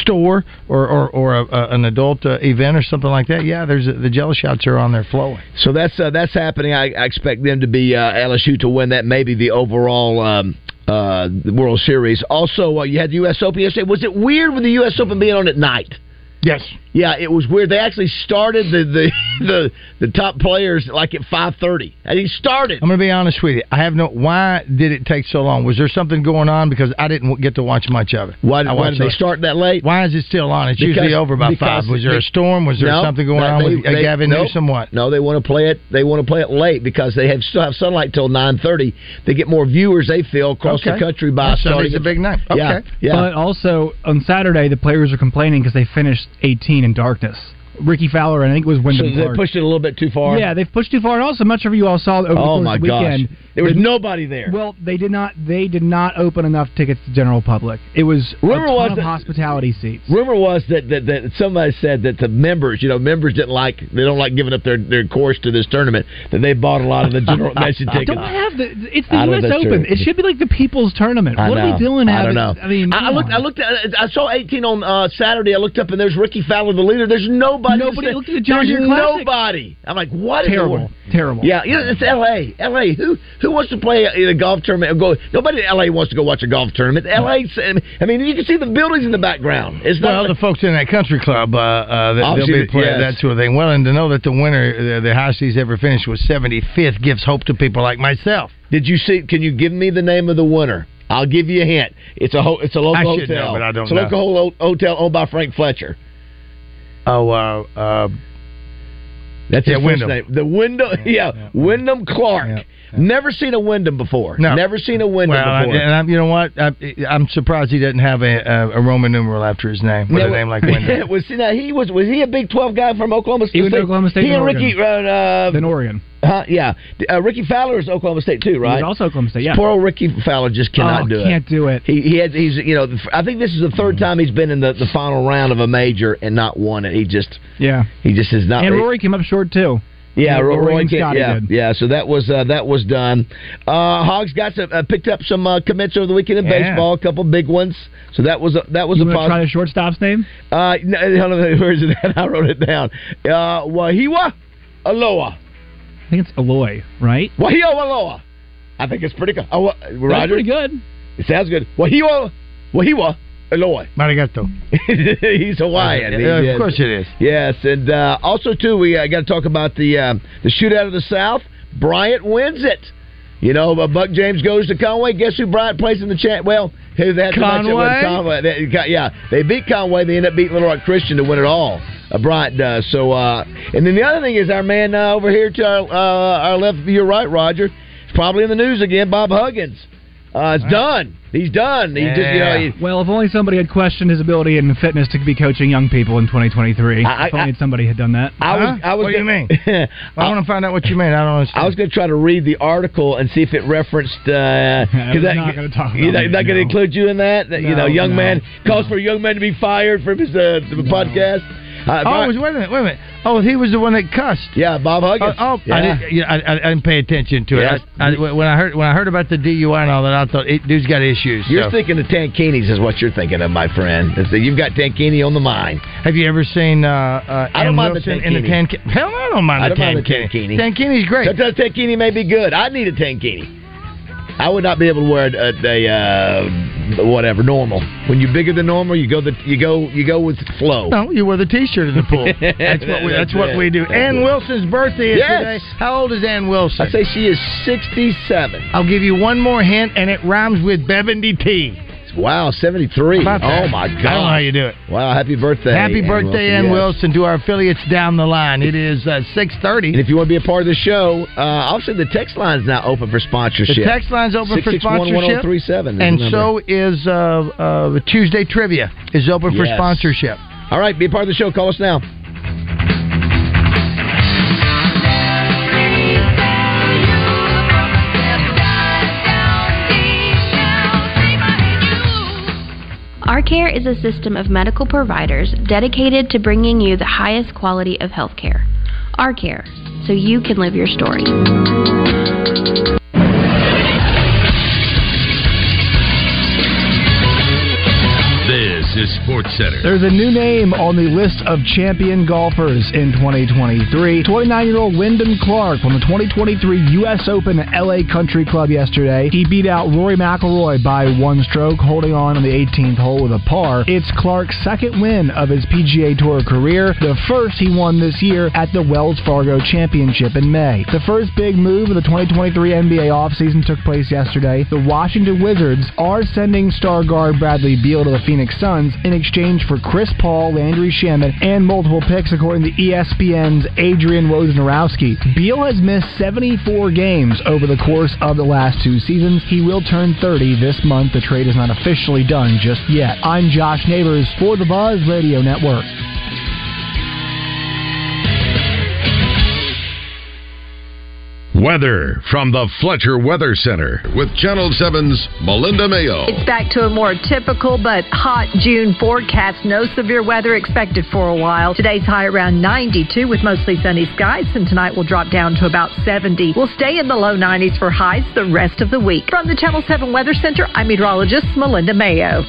Speaker 8: store or or, or a, uh, an adult uh, event or something like that, yeah, there's the jello shots are on there flowing.
Speaker 7: So that's uh, that's happening. I, I expect them to be uh, LSU to win that. Maybe the overall um, uh, the World Series. Also, uh, you had the U.S. Open yesterday. Was it weird with the U.S. Open being on at night?
Speaker 8: Yes.
Speaker 7: Yeah, it was weird. They actually started the [laughs] the the, the top players like at five thirty, and he started.
Speaker 8: I'm going to be honest with you. I have no. Why did it take so long? Was there something going on? Because I didn't w- get to watch much of it.
Speaker 7: Why,
Speaker 8: I
Speaker 7: why
Speaker 8: watched
Speaker 7: did they
Speaker 8: the-
Speaker 7: start that late?
Speaker 8: Why is it still on? It's usually over by five. Was there a storm? Was there something going on with uh, Gavin Newsom? What?
Speaker 7: No, they want to play it. They want to play it late because they have still have sunlight till nine thirty. They get more viewers. They feel across the
Speaker 10: Okay.
Speaker 7: country by
Speaker 10: Well, Sunday's
Speaker 7: starting
Speaker 10: a
Speaker 7: at-
Speaker 10: big
Speaker 8: night.
Speaker 7: Yeah, yeah.
Speaker 10: But also on Saturday, the players are complaining because they finished 18 in darkness. Ricky Fowler, and I think it was
Speaker 7: so
Speaker 10: Wyndham
Speaker 7: they
Speaker 10: Clark.
Speaker 7: pushed it a little bit too far.
Speaker 10: Yeah, they've pushed too far. And also, much of you all saw over the
Speaker 7: Oh
Speaker 10: course
Speaker 7: my
Speaker 10: of the
Speaker 7: gosh,
Speaker 10: weekend.
Speaker 7: there was
Speaker 10: the-
Speaker 7: nobody there.
Speaker 10: Well, they did not. They did not open enough tickets to general public. It was
Speaker 7: Rumor
Speaker 10: a ton
Speaker 7: was
Speaker 10: of
Speaker 7: that-
Speaker 10: hospitality seats.
Speaker 7: Rumor was that, that that somebody said that the members, you know, members didn't like they don't like giving up their their course to this tournament. That they bought a lot of the general
Speaker 10: [laughs]
Speaker 7: admission
Speaker 10: I
Speaker 7: tickets.
Speaker 10: don't have the. It's the
Speaker 7: I don't
Speaker 10: U.S.
Speaker 7: know if that's
Speaker 10: Open.
Speaker 7: true.
Speaker 10: It should be like the People's Tournament.
Speaker 7: I
Speaker 10: what are
Speaker 7: know.
Speaker 10: we doing?
Speaker 7: I don't
Speaker 10: having-
Speaker 7: know.
Speaker 10: I mean,
Speaker 7: I, I looked. I looked. At, I saw 18 on uh, Saturday. I looked up and there's Ricky Fowler, the leader. There's nobody.
Speaker 10: Nobody
Speaker 7: There's-
Speaker 10: looked at the John
Speaker 7: There's
Speaker 10: Deere Classic.
Speaker 7: nobody. I'm like, what? in the
Speaker 10: terrible,
Speaker 7: world?
Speaker 10: terrible.
Speaker 7: Yeah, you know, it's L.A. L.A. Who who wants to play in a golf tournament? Or go. Nobody in L.A. wants to go watch a golf tournament. L.A. 's- I mean, you can see the buildings in the background. It's not.
Speaker 8: well, the folks in that country club, uh, uh, they- they'll
Speaker 7: Obviously,
Speaker 8: be playing
Speaker 7: yes.
Speaker 8: that sort of thing. Well, and to know that the winner, uh, the, the highest he's ever finished was 75th, gives hope to people like myself.
Speaker 7: Did you see? Can you give me the name of the winner? I'll give you a hint. It's a ho- it's a local
Speaker 8: I should
Speaker 7: hotel.
Speaker 8: know, but I don't
Speaker 7: it's a
Speaker 8: know.
Speaker 7: local ho- hotel owned by Frank Fletcher.
Speaker 8: Oh, uh, uh,
Speaker 7: That's
Speaker 8: yeah,
Speaker 7: his
Speaker 8: Wyndham.
Speaker 7: first name. The Wyndham, [laughs] yeah, Wyndham Clark. Never seen a Wyndham before.
Speaker 8: No.
Speaker 7: Never seen a Wyndham
Speaker 8: Well, I-
Speaker 7: before.
Speaker 8: and I'm, you know what? I, I'm surprised he doesn't have a, a, a Roman numeral after his name with
Speaker 7: Now,
Speaker 8: a name
Speaker 7: [laughs]
Speaker 8: like Wyndham.
Speaker 7: was see, now he was was he a Big Twelve guy from Oklahoma State?
Speaker 10: He was Oklahoma State
Speaker 7: He
Speaker 10: and
Speaker 7: and Ricky, uh, uh,
Speaker 10: in Oregon.
Speaker 7: huh, yeah, uh, Ricky Fowler is Oklahoma State too, right?
Speaker 10: He was also Oklahoma State. Yeah.
Speaker 7: Poor old Ricky Fowler just cannot
Speaker 10: Oh,
Speaker 7: do
Speaker 10: can't
Speaker 7: it. do it. He, he had, he's you know the- I think this is the third time he's been in the, the final round of a major and not won it. He just
Speaker 10: Yeah.
Speaker 7: Uh, he just is not.
Speaker 10: and Rory came up short too.
Speaker 7: Yeah, Roy, Roy
Speaker 10: and
Speaker 7: Kent,
Speaker 10: Scotty
Speaker 7: yeah,
Speaker 10: did.
Speaker 7: yeah. So that was uh, that was done. Uh, Hogs got some, uh, picked up some uh, commits over the weekend in
Speaker 10: Yeah.
Speaker 7: baseball, a couple big ones. So that was a, that was
Speaker 10: You
Speaker 7: a
Speaker 10: want to
Speaker 7: positive.
Speaker 10: try the shortstop's name?
Speaker 7: Uh, no, [laughs] hold on, where is it? [laughs] I wrote it down. Uh, Wahiwa Aloha.
Speaker 10: I think it's Aloy, right?
Speaker 7: Wahiwa Aloha. I think it's pretty good. Oh, uh, Roger?
Speaker 10: pretty good.
Speaker 7: It sounds good. Wahiwa Wahiwa Aloha.
Speaker 8: Marigato.
Speaker 7: [laughs] He's Hawaiian.
Speaker 8: Uh,
Speaker 7: He
Speaker 8: of
Speaker 7: is.
Speaker 8: course it is.
Speaker 7: Yes, and uh, also too, we uh, got to talk about the uh, the shootout of the South. Bryant wins it. You know, but Buck James goes to Conway. Guess who Bryant plays in the chat? Well, who they had to match up
Speaker 8: Conway?
Speaker 7: with Conway. They- yeah, they beat Conway. They end up beating Little Rock Christian to win it all. Uh, Bryant does. So, uh, and then the other thing is our man uh, over here to our, uh, our left, your right, Roger, is probably in the news again. Bob Huggins. Uh, it's done. He's done. He just, you know, he-
Speaker 10: well, if only somebody had questioned his ability and fitness to be coaching young people in 2023.
Speaker 7: I-
Speaker 10: if only somebody had done that.
Speaker 7: I was. I was
Speaker 10: What
Speaker 7: do you mean? [laughs] I want
Speaker 8: to find out what you mean. I don't understand.
Speaker 7: I was going to try to read the article and see if it referenced. Uh, 'cause that-
Speaker 10: not gonna talk
Speaker 7: you
Speaker 10: about
Speaker 7: know,
Speaker 10: it,
Speaker 7: not going to include you in that. That, you
Speaker 10: No,
Speaker 7: know, young
Speaker 10: no,
Speaker 7: man calls for a young man to be fired from his uh, podcast. Uh,
Speaker 8: oh,
Speaker 7: Bob-
Speaker 8: it was, wait a minute, wait a minute. Oh, he was the one that cussed.
Speaker 7: Yeah, Bob Huggins.
Speaker 8: Oh, oh,
Speaker 7: Yeah.
Speaker 8: I, didn't, yeah, I, I I didn't pay attention to
Speaker 7: Yeah.
Speaker 8: it. I, I, when I heard when I heard about the DUI and all that, I thought it, dude's got issues.
Speaker 7: You're
Speaker 8: so.
Speaker 7: thinking of Tankinis is what you're thinking of, my friend. It's that You've got Tankini on the mind.
Speaker 8: Have you ever seen uh, uh,
Speaker 7: I don't
Speaker 8: Ann
Speaker 7: mind the
Speaker 8: Wilson in the
Speaker 7: tankini.
Speaker 8: Tankini? Hell, I don't mind
Speaker 7: I
Speaker 8: the
Speaker 7: don't mind the tankini.
Speaker 8: Tankini. Tankini's great.
Speaker 7: Sometimes tankini may be good. I need a tankini. I would not be able to wear a, a, uh, whatever normal. When you're bigger than normal, you go the you go you go with flow.
Speaker 8: No, you wear the T-shirt in the
Speaker 7: [laughs]
Speaker 8: pool. That's what we, that's what we do. Ann Wilson's birthday is
Speaker 7: Yes.
Speaker 8: today. How old is Ann Wilson? I
Speaker 7: say she is 67.
Speaker 8: I'll give you one more hint, and it rhymes with Bevendity. T.
Speaker 7: Wow, 73.
Speaker 8: How about that?
Speaker 7: Oh my
Speaker 8: I
Speaker 7: god.
Speaker 8: don't know how you do it.
Speaker 7: Wow, happy birthday.
Speaker 8: Happy birthday, Ann Wilson, to our affiliates down the line. It is uh, six thirty.
Speaker 7: And if you want to be a part of the show, uh, obviously the text line's now open for sponsorship.
Speaker 8: The text line's open for
Speaker 7: 661
Speaker 8: sponsorship.
Speaker 7: 1037 is the
Speaker 8: and
Speaker 7: number.
Speaker 8: so is uh, uh, Tuesday Trivia is open for
Speaker 7: Yes.
Speaker 8: sponsorship.
Speaker 7: All right, be a part of the show. Call us now.
Speaker 11: Our care is a system of medical providers dedicated to bringing you the highest quality of health care. Our care, so you can live your story.
Speaker 12: This is Sports Center.
Speaker 10: There's a new name on the list of champion golfers in 2023. 29-year-old Wyndham Clark won the 2023 U.S. Open at LA Country Club yesterday. He beat out Rory McIlroy by one stroke, holding on on the 18th hole with a par. It's Clark's second win of his PGA Tour career, the first he won this year at the Wells Fargo Championship in May. The first big move of the 2023 NBA offseason took place yesterday. The Washington Wizards are sending star guard Bradley Beal to the Phoenix Suns in exchange for Chris Paul, Landry Shamet, and multiple picks, according to ESPN's Adrian Wojnarowski. Beal has missed 74 games over the course of the last two seasons. He will turn 30 this month. The trade is not officially done just yet. I'm Josh Neighbors for the Buzz Radio Network.
Speaker 13: Weather from the Fletcher Weather Center with Channel 7's Melinda Mayo.
Speaker 14: It's back to a more typical but hot June forecast. No severe weather expected for a while. Today's high around 92 with mostly sunny skies, and tonight will drop down to about 70. We'll stay in the low 90s for highs the rest of the week. From the Channel 7 Weather Center, I'm meteorologist Melinda Mayo.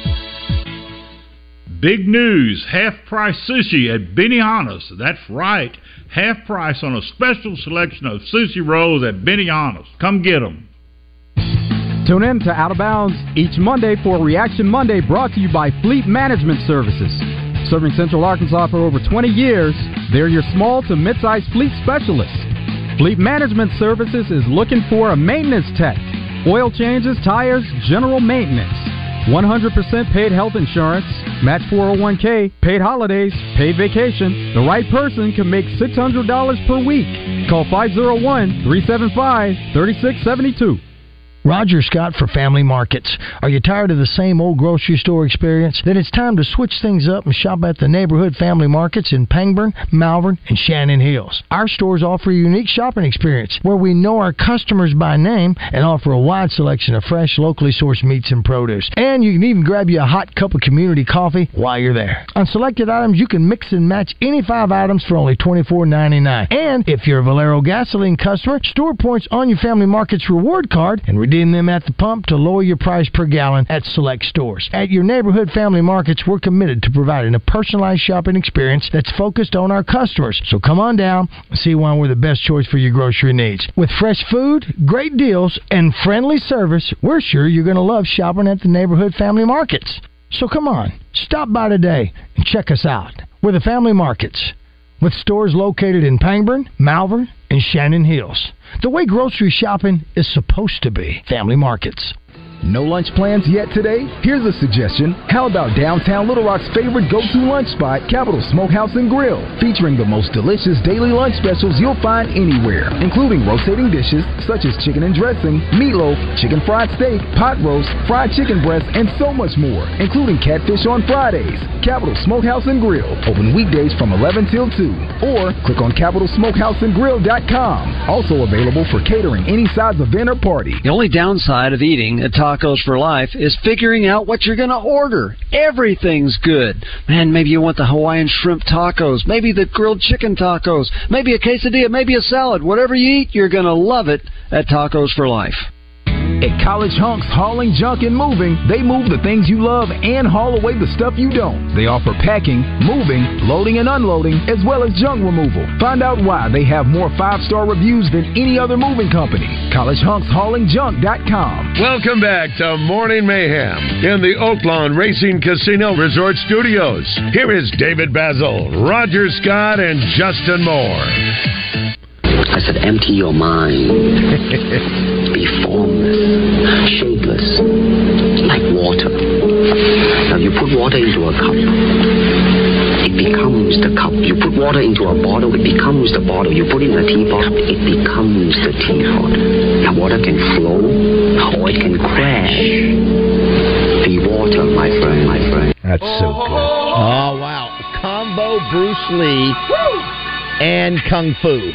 Speaker 15: Big news half price sushi at Benihana's. That's right, half price on a special selection of sushi rolls at Benihana's. Come get 'em.
Speaker 5: Tune in to Out of Bounds each Monday for Reaction Monday brought to you by Fleet Management Services. Serving Central Arkansas for over 20 years, they're your small to mid-sized fleet specialists. Fleet Management Services is looking for a maintenance tech, oil changes, tires, general maintenance. 100% paid health insurance, match 401k, paid holidays, paid vacation. The right person can make $600 per week. Call 501 375 3672.
Speaker 8: Roger Scott for Family Markets. Are you tired of the same old grocery store experience? Then it's time to switch things up and shop at the neighborhood family markets in Pangburn, Malvern, and Shannon Hills. Our stores offer a unique shopping experience where we know our customers by name and offer a wide selection of fresh, locally sourced meats and produce. And you can even grab you a hot cup of community coffee while you're there. On selected items, you can mix and match any five items for only $24.99. And if you're a Valero gasoline customer, store points on your Family Markets reward card and redeem them at the pump to lower your price per gallon at select stores. At your neighborhood Family Markets, we're committed to providing a personalized shopping experience that's focused on our customers. So come on down and see why we're the best choice for your grocery needs. With fresh food, great deals, and friendly service, we're sure you're going to love shopping at the neighborhood Family Markets. So come on, stop by today and check us out. We're the Family Markets with stores located in Pangburn, Malvern, and Shannon Hills. The way grocery shopping is supposed to be. Family Markets.
Speaker 16: No lunch plans yet today? Here's a suggestion. How about downtown Little Rock's favorite go-to lunch spot, Capital Smokehouse and Grill, featuring the most delicious daily lunch specials you'll find anywhere, including rotating dishes such as chicken and dressing, meatloaf, chicken fried steak, pot roast, fried chicken breast, and so much more, including catfish on Fridays. Capital Smokehouse and Grill, open weekdays from 11 till 2, or click on capitalsmokehouseandgrill.com. Also available for catering any size event or party.
Speaker 6: The only downside of eating at Tacos for Life is figuring out what you're going to order. Everything's good. Man, maybe you want the Hawaiian shrimp tacos, maybe the grilled chicken tacos, maybe a quesadilla, maybe a salad. Whatever you eat, you're going to love it at Tacos for Life.
Speaker 16: At College Hunks Hauling Junk and Moving, they move the things you love and haul away the stuff you don't. They offer packing, moving, loading and unloading, as well as junk removal. Find out why they have more five-star reviews than any other moving company. CollegeHunksHaulingJunk.com.
Speaker 1: Welcome back to Morning Mayhem in the Oaklawn Racing Casino Resort Studios. Here is David Basil, Roger Scott, and Justin Moore.
Speaker 17: I said, empty your
Speaker 7: [laughs]
Speaker 17: mind. Be formless, shapeless, like water. Now you put water into a cup. It becomes the cup. You put water into a bottle, it becomes the bottle. You put it in a teapot, it becomes the teapot. Now water can flow or it can crash. Be water, my friend, my friend.
Speaker 7: That's so good. Oh wow, combo Bruce Lee and Kung Fu.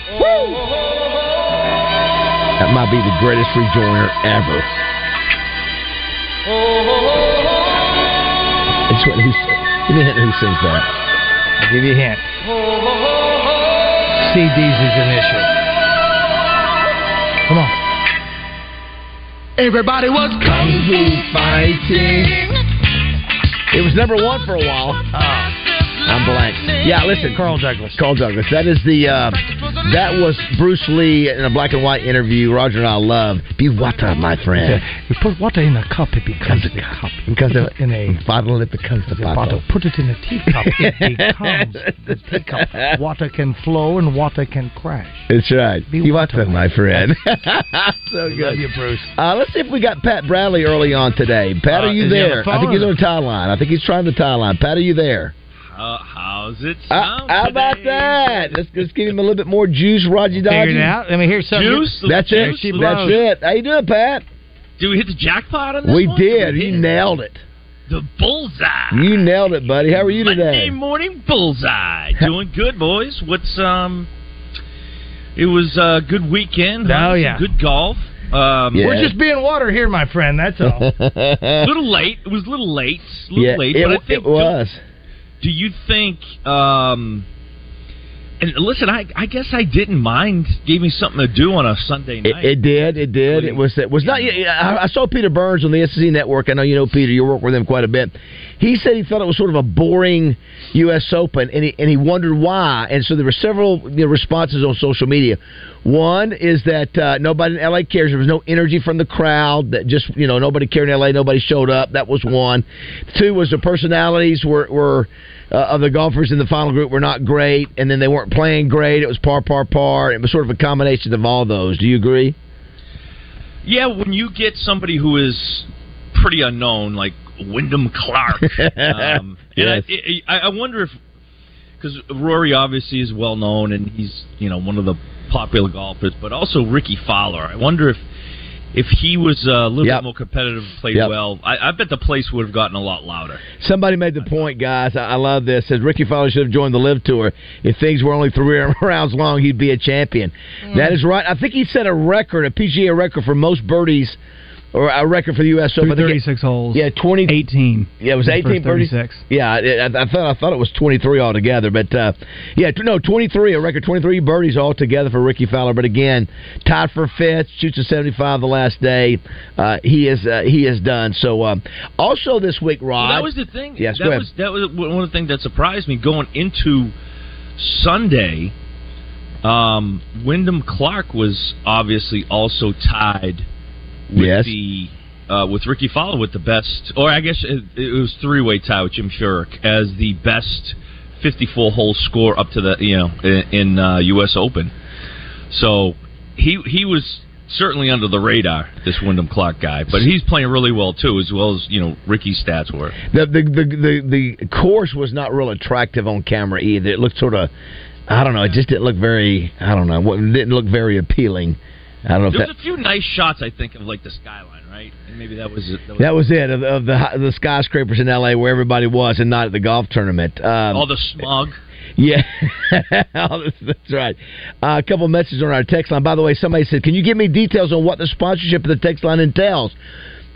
Speaker 7: That might be the greatest rejoinder ever. It's what, who, give me a hint who sings that.
Speaker 8: I'll give you a hint. CD's is initial. Come on.
Speaker 16: Everybody was kung fu fighting.
Speaker 7: It was number one for a while. Oh. I'm blank. Yeah, listen, Carl Douglas. Carl Douglas. That is the. Uh, that was Bruce Lee in a black and white interview. Roger and I love. Be water, my friend.
Speaker 8: You put water in a cup, it becomes a cup.
Speaker 7: Because
Speaker 8: Put
Speaker 7: of,
Speaker 8: it in a
Speaker 7: bottle, it becomes a bottle.
Speaker 8: bottle. Put it in a teacup,
Speaker 7: [laughs]
Speaker 8: it becomes the teacup. Water can flow and water can crash.
Speaker 7: That's right. Be water, my friend. [laughs]
Speaker 8: so good. Love you, Bruce.
Speaker 7: Uh, let's see if we got Pat Bradley early on today. Pat,
Speaker 18: Uh,
Speaker 7: are you
Speaker 18: is he on the
Speaker 7: there? I
Speaker 18: phone
Speaker 7: think
Speaker 18: or-
Speaker 7: he's on the tie line. I think he's trying the tie line. Pat, are you there?
Speaker 18: How, how's it
Speaker 7: Uh, how about that? Let's, let's give him a little bit more juice, Roger Dodgy.
Speaker 18: Figured it out. Let me hear something. Juice?
Speaker 7: That's it.
Speaker 18: Juice the
Speaker 7: That's
Speaker 18: most.
Speaker 7: it. How you doing, Pat?
Speaker 18: Did we hit the jackpot on this
Speaker 7: We
Speaker 18: one?
Speaker 7: did. You nailed it.
Speaker 18: The bullseye.
Speaker 7: You nailed it, buddy. How are you
Speaker 18: Monday
Speaker 7: today?
Speaker 18: morning
Speaker 16: [laughs]
Speaker 18: bullseye. Doing good, boys. What's um? It was a good weekend. huh?
Speaker 8: Oh, yeah.
Speaker 18: Good golf. Um,
Speaker 8: We're just being water here, my friend.
Speaker 7: [laughs]
Speaker 8: That's all.
Speaker 18: [laughs] a little late. It was a little late. A little
Speaker 8: Yeah,
Speaker 18: late.
Speaker 8: it
Speaker 18: but I
Speaker 8: w- it
Speaker 18: think
Speaker 8: was.
Speaker 18: Do, do you think? Um, and listen, I, I guess I didn't mind. Gave me something to do on a Sunday
Speaker 7: It,
Speaker 18: night.
Speaker 7: it did. It did. It was. It was not. yeah, yeah, I I saw Peter Burns on the SEC Network. I know you know Peter. You work with him quite a bit. He said he thought it was sort of a boring U.S. Open, and he and he wondered why. And so there were several you know, responses on social media. One is that uh, nobody in L.A. cares. There was no energy from the crowd. That just you know nobody cared in L.A. Nobody showed up. That was one. Two was the personalities were were. Uh, of the golfers in the final group were not great, and then they weren't playing great. It was par, par, par. It was sort of a combination of all those. Do you agree? [laughs]
Speaker 18: Yeah, when you get somebody who is pretty unknown, like Wyndham Clark,
Speaker 7: [laughs]
Speaker 18: um, and I, I, I wonder if because Rory obviously is well known and he's you know one of the popular golfers, but also Ricky Fowler. I wonder if if he was a little
Speaker 7: Yep.
Speaker 18: bit more competitive, and played
Speaker 7: Yep.
Speaker 18: well. I, I bet the place would have gotten a lot louder.
Speaker 7: Somebody made the point, guys. I, I love this. Says Ricky Fowler should have joined the Live Tour. If things were only three [laughs] rounds long, he'd be a champion. That is right. I think he set a record, a PGA record for most birdies, or a record for the U.S. Open. I think it-
Speaker 19: 36 holes.
Speaker 7: Yeah, 20.
Speaker 19: 18.
Speaker 7: Yeah, it was
Speaker 19: His
Speaker 7: eighteen
Speaker 19: first 36.
Speaker 7: Yeah, I, I thought I thought it was twenty three altogether, but uh, yeah, t- no, twenty three a record twenty three birdies altogether for Ricky Fowler. But again, tied for fifth, shoots a seventy five the last day. Uh, he is uh, he is done. So um, also this week, Rod.
Speaker 18: Well, that was the thing.
Speaker 7: Yes,
Speaker 18: that
Speaker 7: go ahead.
Speaker 18: was that was one of the things that surprised me going into Sunday. Um, Wyndham Clark was obviously also tied with
Speaker 7: Yes.
Speaker 18: the uh, with Ricky Fowler with the best, or I guess it, it was three way tie with Jim Furyk as the best fifty four hole score up to the you know in, in uh, U.S. Open. So he he was certainly under the radar, this Wyndham Clark guy, but he's playing really well too, as well as you know Ricky's stats were.
Speaker 7: The the, the the the course was not real attractive on camera either. It looked sort of, I don't know, it just didn't look very, I don't know, it didn't look very appealing. I don't know if
Speaker 18: There
Speaker 7: that,
Speaker 18: was a few nice shots, I think, of like the skyline, right? And maybe that was it.
Speaker 7: that was it of, of the hi- the skyscrapers in L.A. where everybody was and not at the golf tournament. Um,
Speaker 18: all the smog.
Speaker 7: Yeah, [laughs] All this- that's right. Uh, a couple messages on our text line. By the way, somebody said, "Can you give me details on what the sponsorship of the text line entails?"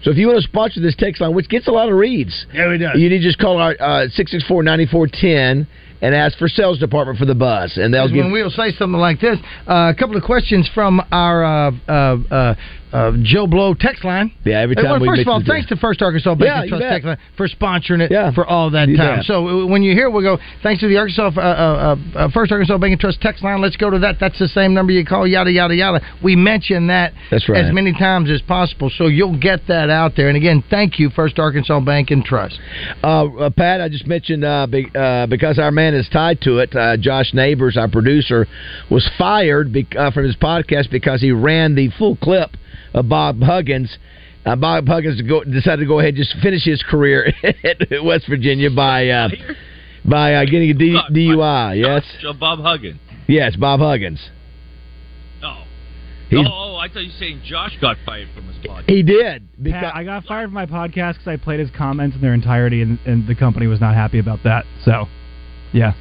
Speaker 7: So if you want to sponsor this text line, which gets a lot of reads,
Speaker 8: yeah, it does.
Speaker 7: You need to just call our uh, six six four ninety four ten and ask for sales department for the bus, and they'll
Speaker 8: Because
Speaker 7: give.
Speaker 8: when we'll say something like this, uh, a couple of questions from our uh, uh, uh, uh, Joe Blow text line.
Speaker 7: yeah, every
Speaker 8: Hey,
Speaker 7: time
Speaker 8: well,
Speaker 7: we
Speaker 8: first
Speaker 7: mention
Speaker 8: of all,
Speaker 7: the-
Speaker 8: thanks to First Arkansas Bank
Speaker 7: Yeah,
Speaker 8: and
Speaker 7: you
Speaker 8: Trust
Speaker 7: bet.
Speaker 8: Tech Line for sponsoring it for all that
Speaker 7: You
Speaker 8: time.
Speaker 7: bet.
Speaker 8: So uh, when you hear, we'll go. Thanks to the Arkansas uh, uh, uh, First Arkansas Bank and Trust text line. Let's go to that. That's the same number you call. Yada yada yada. We mention that
Speaker 7: That's right.
Speaker 8: as many times as possible, so you'll get that out there. And again, thank you, First Arkansas Bank and Trust.
Speaker 7: [laughs] Uh, uh, Pat, I just mentioned uh, be, uh, because our man is tied to it. Uh, Josh Neighbors, our producer, was fired be, uh, from his podcast because he ran the full clip of Bob Huggins. Uh, Bob Huggins go, decided to go ahead and just finish his career [laughs] at West Virginia by uh, by uh, getting a D, DUI. Yes,
Speaker 18: So uh, Bob Huggins.
Speaker 7: yes, Bob Huggins.
Speaker 18: No.
Speaker 7: He's-
Speaker 18: oh, I thought you were saying Josh got fired from his podcast.
Speaker 7: He did.
Speaker 10: Pat, I got fired from my podcast because I played his comments in their entirety, and, and the company was not happy about that. So, yeah,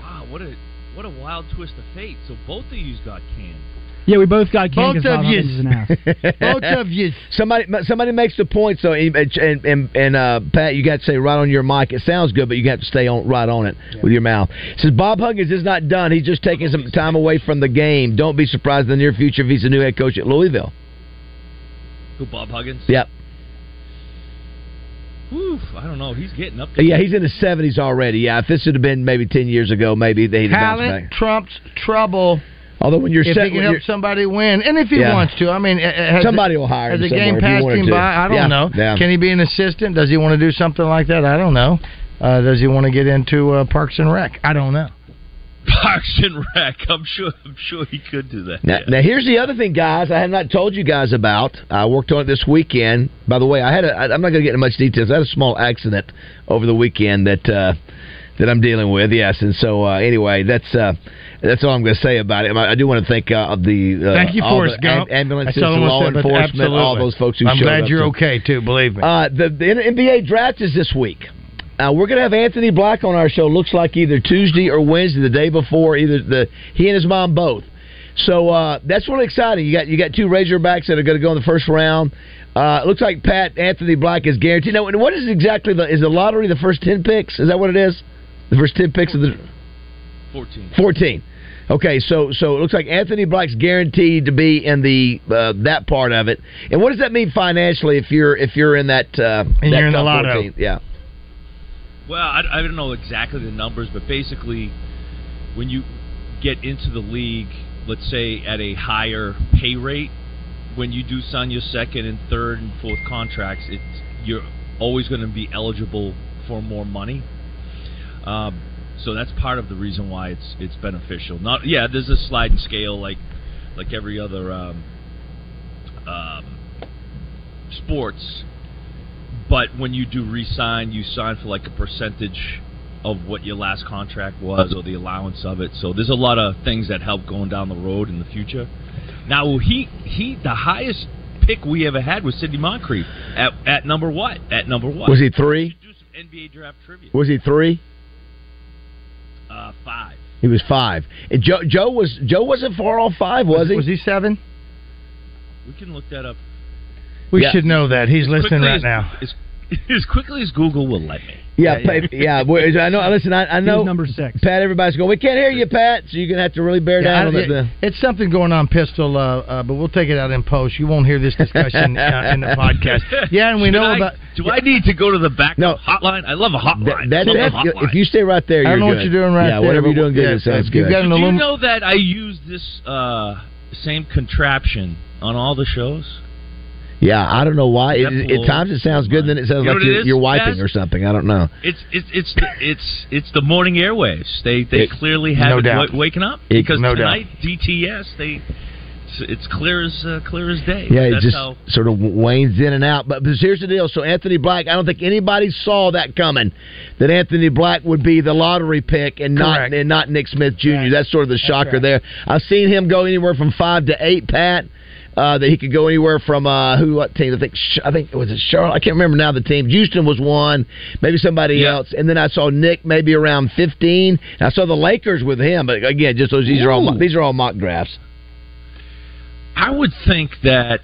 Speaker 18: Wow, what a what a wild twist of fate. So both of you got canned.
Speaker 10: yeah, we both got canned
Speaker 18: Both
Speaker 10: 'cause
Speaker 18: of
Speaker 10: Bob Huggins
Speaker 18: yous.
Speaker 10: is an
Speaker 8: [laughs]
Speaker 10: ass.
Speaker 7: [laughs] Both of you. Somebody, somebody makes the point. So, and and, and uh, Pat, you got to say right on your mic. It sounds good, but you got to stay on right on it with your mouth. It says Bob Huggins is not done. He's just taking some time away from the game. Don't be surprised in the near future if he's the new head coach at Louisville.
Speaker 18: Who Bob Huggins?
Speaker 7: Yep.
Speaker 18: Whew, I don't know. He's getting up there.
Speaker 7: Yeah, he's in his seventies already. Yeah, if this would have been maybe ten years ago, maybe they'd have bounced
Speaker 8: Talent
Speaker 7: back.
Speaker 8: trumps trouble.
Speaker 7: Although when you're
Speaker 8: if
Speaker 7: set,
Speaker 8: he can
Speaker 7: when
Speaker 8: help
Speaker 7: you're-
Speaker 8: somebody win, and if he
Speaker 7: Yeah.
Speaker 8: wants to, I mean, uh, uh, has
Speaker 7: Somebody
Speaker 8: the-
Speaker 7: will hire
Speaker 8: Has
Speaker 7: him
Speaker 8: the game
Speaker 7: somewhere if he
Speaker 8: passed
Speaker 7: wanted
Speaker 8: him
Speaker 7: to.
Speaker 8: by? I don't
Speaker 7: Yeah,
Speaker 8: know.
Speaker 7: yeah.
Speaker 8: Can he be an assistant? Does he want to do something like that? I don't know. Uh, does he want to get into uh, Parks and Rec? I don't know.
Speaker 18: Parks and Rec. I'm sure. I'm sure he could do that.
Speaker 7: Now, now here's the other thing, guys. I have not told you guys about. I worked on it this weekend. By the way, I had. A, I, I'm not going to get into much details. I had a small accident over the weekend that uh, that I'm dealing with. Yes, and so uh, anyway, that's uh, that's all I'm going to say about it. I, I do want to thank uh, of the uh,
Speaker 8: Thank you,
Speaker 7: all
Speaker 8: Forrest
Speaker 7: the am-
Speaker 8: Gump.
Speaker 7: ambulances,
Speaker 8: That's all I
Speaker 7: and
Speaker 8: wanna
Speaker 7: law
Speaker 8: say, but
Speaker 7: enforcement,
Speaker 8: absolutely.
Speaker 7: all those folks who
Speaker 8: I'm
Speaker 7: showed
Speaker 8: glad
Speaker 7: up
Speaker 8: you're
Speaker 7: to-
Speaker 8: okay too. Believe me.
Speaker 7: uh, the, the N- NBA draft is this week. Uh, we're going to have Anthony Black on our show. Looks like either Tuesday or Wednesday, the day before. Either the he and his mom both. So uh, that's really exciting. You got you got two Razorbacks that are going to go in the first round. Uh, it looks like Pat Anthony Black is guaranteed. Now, and what is exactly the is the lottery the first ten picks? Is that what it is? The first ten picks of the
Speaker 18: 14.
Speaker 7: 14. Okay, so so it looks like Anthony Black's guaranteed to be in the uh, that part of it. And what does that mean financially if you're if you're in that uh, that
Speaker 8: you're in the
Speaker 7: top
Speaker 8: lotto.
Speaker 7: 14? Yeah.
Speaker 18: Well, I, I don't know exactly the numbers, but basically, when you get into the league, let's say at a higher pay rate, when you do sign your second and third and fourth contracts, it you're always going to be eligible for more money. Um, so that's part of the reason why it's it's beneficial. Not yeah, there's a sliding scale like like every other um, um, sports, but when you do re-sign, you sign for like a percentage of what your last contract was or the allowance of it. So there's a lot of things that help going down the road in the future. Now he he the highest pick we ever had was Sidney Moncrief at, at number what? At number what?
Speaker 7: Was he three?
Speaker 18: NBA draft trivia.
Speaker 7: Was he three?
Speaker 18: Uh, five.
Speaker 7: He was five. And Joe Joe was Joe wasn't far off five, was he? Was
Speaker 8: he seven?
Speaker 18: We can look that up. [laughs]
Speaker 8: We
Speaker 7: Yeah.
Speaker 8: should know that he's listening
Speaker 18: Quickly
Speaker 8: right
Speaker 18: as-
Speaker 8: now.
Speaker 18: As, as quickly as Google will let me.
Speaker 7: Yeah, yeah. yeah. whereas I know. Listen, I, I know. Number
Speaker 10: six.
Speaker 7: Pat, everybody's going. We can't hear you, Pat. So you're gonna have to really bear
Speaker 8: Yeah, I-
Speaker 7: down on
Speaker 8: it-
Speaker 7: it.
Speaker 8: it's something going on, Pistol. Uh, uh, but we'll take it out in post. You won't hear this discussion uh, in the podcast. Yeah, and we
Speaker 18: Should
Speaker 8: know
Speaker 18: I-
Speaker 8: about.
Speaker 18: Do I need to go to the back hotline? I love a hotline.
Speaker 7: That,
Speaker 18: Love a
Speaker 7: that,
Speaker 18: hotline.
Speaker 7: if you stay right there, you're
Speaker 8: I don't know what
Speaker 7: good.
Speaker 8: you're doing right
Speaker 7: yeah,
Speaker 8: there,
Speaker 7: whatever you're
Speaker 8: but-
Speaker 7: doing good,
Speaker 8: yeah,
Speaker 7: it sounds
Speaker 8: if you've
Speaker 7: good.
Speaker 8: got an
Speaker 18: Do you know that I use this uh, same contraption on all the shows?
Speaker 7: Yeah, I don't know why. It,
Speaker 18: That
Speaker 7: at times it sounds good, then it sounds
Speaker 18: You know
Speaker 7: like
Speaker 18: what it
Speaker 7: you're,
Speaker 18: is,
Speaker 7: you're wiping
Speaker 18: Taz?
Speaker 7: or something. I don't know.
Speaker 18: It's it's it's the, it's it's the morning airwaves. They they
Speaker 7: It-
Speaker 18: clearly have
Speaker 7: no
Speaker 18: it
Speaker 7: doubt.
Speaker 18: wa- waking up
Speaker 7: It-
Speaker 18: because
Speaker 7: no doubt.
Speaker 18: tonight DTS they it's it's clear as uh, clear as day.
Speaker 7: Yeah, it
Speaker 18: that's
Speaker 7: just
Speaker 18: how.
Speaker 7: sort of wanes in and out. But, but here's the deal. So Anthony Black, I don't think anybody saw that coming. That Anthony Black would be the lottery pick and not and not Nick Smith Jr. That's sort of the shocker
Speaker 8: right.
Speaker 7: there. I've seen him go anywhere from five to eight. Pat. Uh, that he could go anywhere from uh, who what team I think Sh- I think was it Charlotte I can't remember now the team Houston was one maybe somebody
Speaker 18: Yeah.
Speaker 7: else and then I saw Nick maybe around fifteen and I saw the Lakers with him but again just those these are all
Speaker 18: Ooh.
Speaker 7: mock, these are all mock drafts
Speaker 18: I would think that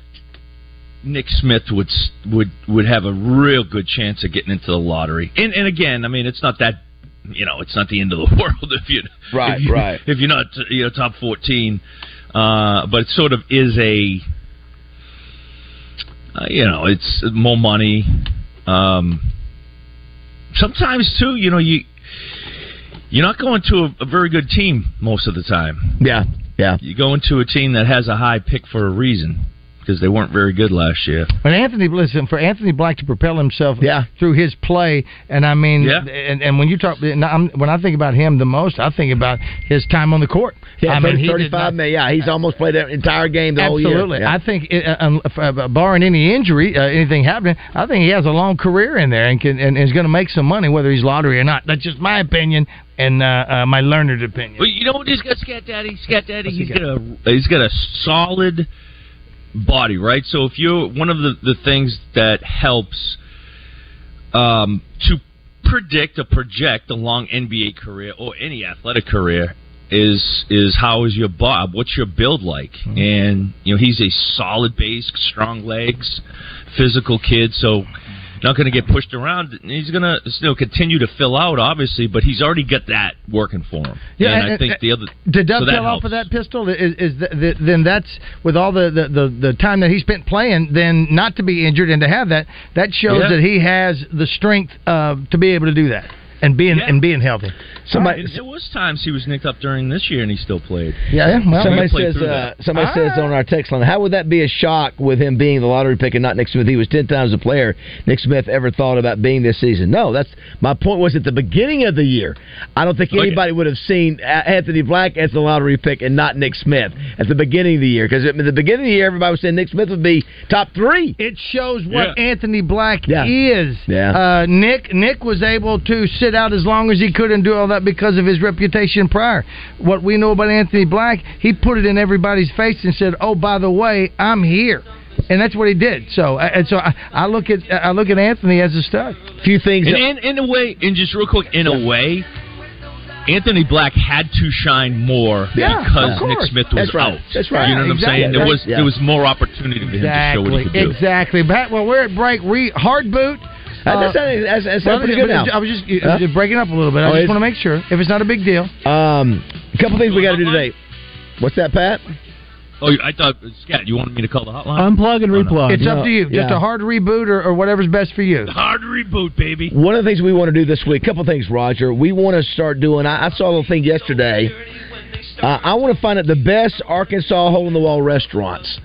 Speaker 18: Nick Smith would s- would would have a real good chance of getting into the lottery. And and again, I mean, it's not that you know, it's not the end of the [laughs] world if you
Speaker 7: Right,
Speaker 18: [laughs] if you-
Speaker 7: right.
Speaker 18: if you're not you know top fourteen. Uh, but it sort of is a uh, you know, it's more money. Um, sometimes too, you know, you you're not going to a, a very good team most of the time.
Speaker 7: yeah yeah
Speaker 18: You go into a team that has a high pick for a reason because they weren't very good last year.
Speaker 8: But Anthony, listen for Anthony Black to propel himself through his play, and I mean,
Speaker 18: Yeah.
Speaker 8: and, and when you talk, and I'm, when I think about him the most, I think about his time on the court.
Speaker 7: yeah
Speaker 8: I mean, he did
Speaker 7: 35 man yeah he's almost played an entire game the
Speaker 8: Absolutely.
Speaker 7: whole year Oh, Yeah.
Speaker 8: I think, it, uh, um, f- uh, barring any injury, uh, anything happening, I think he has a long career in there and can and is going to make some money whether he's lottery or not. That's just my opinion and uh, uh, my learned opinion.
Speaker 18: Well, you know what? He's got Scat Daddy. Scat Daddy. He's got a he's got a solid body, right? So if you're one of the the things that helps um, to predict or project a long NBA career or any athletic career is is how is your bob? What's your build like? And you know he's a solid base, strong legs, physical kid. So not going to get pushed around. He's going to you know continue to fill out, obviously, but he's already got that working for him.
Speaker 8: Yeah,
Speaker 18: and, I
Speaker 8: and-
Speaker 18: think
Speaker 8: and-
Speaker 18: the other
Speaker 8: to
Speaker 18: so
Speaker 8: dovetail
Speaker 18: that
Speaker 8: off
Speaker 18: helps.
Speaker 8: of that pistol is, is the, the, then that's with all the, the, the, the time that he spent playing then not to be injured and to have that that shows
Speaker 7: Yeah.
Speaker 8: that he has the strength uh, to be able to do that and being and being healthy
Speaker 18: All right. there was times he was nicked up during this year and he still played.
Speaker 8: Yeah, well-
Speaker 7: somebody
Speaker 18: He played
Speaker 7: says
Speaker 18: through
Speaker 7: uh,
Speaker 18: that.
Speaker 8: Ah.
Speaker 7: somebody says on our text line, how would that be a shock with him being the lottery pick and not Nick Smith? He was ten times the player Nick Smith ever thought about being this season. No, that's my point. Was at the beginning of the year, I don't think
Speaker 18: Oh, yeah.
Speaker 7: anybody would have seen A- Anthony Black as the lottery pick and not Nick Smith at the beginning of the year because at the beginning of the year everybody was saying Nick Smith would be top three.
Speaker 8: It shows what Anthony Black is.
Speaker 7: Yeah.
Speaker 8: Uh, Nick Nick was able to sit out as long as he could and do all that because of his reputation prior. What we know about Anthony Black, he put it in everybody's face and said, "Oh, by the way, I'm here," and that's what he did. So uh, and so I, I look at I look at Anthony as a stud.
Speaker 7: Few things.
Speaker 18: And, and in a way, and just real quick, in a way, Anthony Black had to shine more
Speaker 8: Yeah,
Speaker 18: because
Speaker 8: of
Speaker 18: Nick
Speaker 8: course.
Speaker 18: Smith was
Speaker 8: That's right.
Speaker 18: out.
Speaker 8: That's right.
Speaker 18: You know what
Speaker 8: Exactly.
Speaker 18: I'm saying? There was
Speaker 8: Yeah.
Speaker 18: there was more opportunity for him to show what he could do.
Speaker 8: exactly. Pat, well, we're at break. We hard boot.
Speaker 7: Uh, that's- that's- that's
Speaker 8: well,
Speaker 7: pretty good now.
Speaker 8: I was just,
Speaker 7: Huh?
Speaker 8: just breaking up a little bit. I
Speaker 7: Oh,
Speaker 8: just
Speaker 7: is-
Speaker 8: want to make sure if it's not a big deal.
Speaker 7: Um, a couple things we got to do today. What's that, Pat?
Speaker 18: Oh, I thought, Scott, you wanted me to call the hotline?
Speaker 8: Um,
Speaker 7: Unplug
Speaker 18: Oh,
Speaker 7: and replug.
Speaker 8: It's
Speaker 7: No,
Speaker 8: up to you. Just
Speaker 7: yeah.
Speaker 8: a hard reboot or, or whatever's best for you.
Speaker 18: Hard reboot, baby.
Speaker 7: One of the things we want to do this week, a couple things, Roger. We want to start doing. I, I saw a little thing yesterday. Uh, I want to find out the best Arkansas hole in the wall restaurants.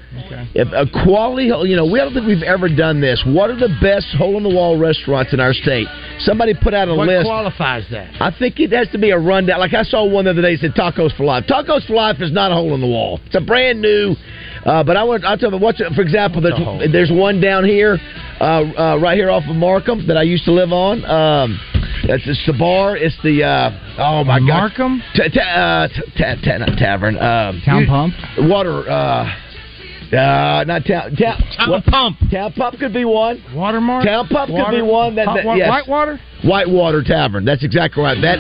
Speaker 7: If a quality, hole- you know, we don't think we've ever done this. What are the best hole in the wall restaurants in our state? Somebody put out a
Speaker 8: What
Speaker 7: list.
Speaker 8: qualifies that?
Speaker 7: I think it has to be a rundown. Like I saw one the other day said Tacos for Life. Tacos for Life is not a hole in the wall. It's a brand new. Uh, but I want I'll tell you what's for example there's
Speaker 8: hole.
Speaker 7: there's one down here, uh, uh, right here off of Markham that I used to live on. Um, it's, it's the bar. It's the uh, oh my
Speaker 8: Markham?
Speaker 7: god Markham ta- uh, ta- ta- ta- not tavern um,
Speaker 10: Town Pump?
Speaker 7: water. Uh, uh, not town. Town,
Speaker 18: pump.
Speaker 7: Town pump could be one.
Speaker 8: Watermark.
Speaker 7: Town pump could be
Speaker 8: Water-
Speaker 7: one. That,
Speaker 8: Hot
Speaker 7: that,
Speaker 8: wa-
Speaker 7: yes.
Speaker 8: Whitewater?
Speaker 7: Whitewater Tavern. That's exactly right. That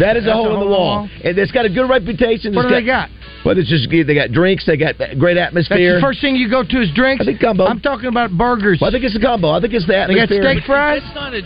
Speaker 7: that is a
Speaker 8: That's
Speaker 7: hole in the wall, and it's got a good reputation.
Speaker 8: What
Speaker 7: It's
Speaker 8: do they got?
Speaker 7: Well, it's just they got drinks. They got great
Speaker 8: That's
Speaker 7: atmosphere.
Speaker 8: the first thing you go to is drinks. I think
Speaker 7: combo.
Speaker 8: I'm talking about burgers.
Speaker 7: Well, I think it's a combo. I think it's the
Speaker 8: They got
Speaker 7: atmosphere.
Speaker 8: steak fries.
Speaker 18: That's not a.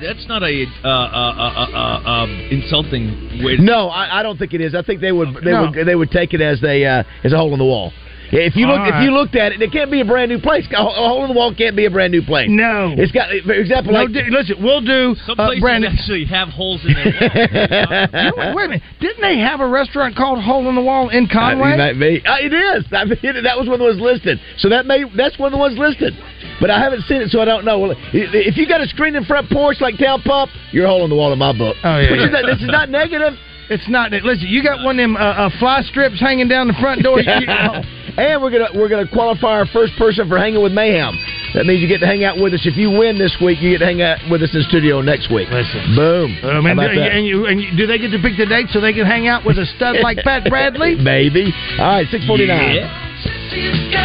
Speaker 18: That's not a uh, uh, uh, uh, uh, um, insulting way. To
Speaker 7: No, I, I don't think it is. I think they would they
Speaker 18: No.
Speaker 7: would they would take it as a uh, as a hole in the wall. Yeah, If you look
Speaker 18: All
Speaker 7: if you
Speaker 18: right.
Speaker 7: looked at it, it can't be a brand new place. A hole- a hole in the wall can't be a brand new place.
Speaker 8: No,
Speaker 7: it's got for example
Speaker 8: No,
Speaker 7: like
Speaker 8: di- listen, we'll do
Speaker 18: Some places actually have holes
Speaker 8: [laughs]
Speaker 18: in their
Speaker 7: [laughs]
Speaker 8: You know what? Wait a minute. Didn't [laughs] they have a restaurant called Hole in the Wall in Conway?
Speaker 7: Uh, that may- uh, it is. I mean, it- that was one of the ones listed. So that may that's one of the ones listed. But I haven't seen it, so I don't know. Well, i- if you got a screen in front porch like Town Pump, you're holding the wall in my book.
Speaker 8: Oh, yeah,
Speaker 7: Which
Speaker 8: yeah.
Speaker 7: Is not, this is not negative.
Speaker 8: It's not. Listen, you got one of them uh, uh, fly strips hanging down the front door. You- you-
Speaker 7: and we're gonna we're gonna qualify our first person for hanging with Mayhem. That means you get to hang out with us. If you win this week, you get to hang out with us in studio next week. Listen, boom.
Speaker 8: I mean,
Speaker 7: How about
Speaker 8: do-
Speaker 7: that?
Speaker 8: and, you, and you, do they get to pick the date so they can hang out with a stud like Pat Bradley?
Speaker 7: Maybe. All right, six forty nine.
Speaker 8: Yeah.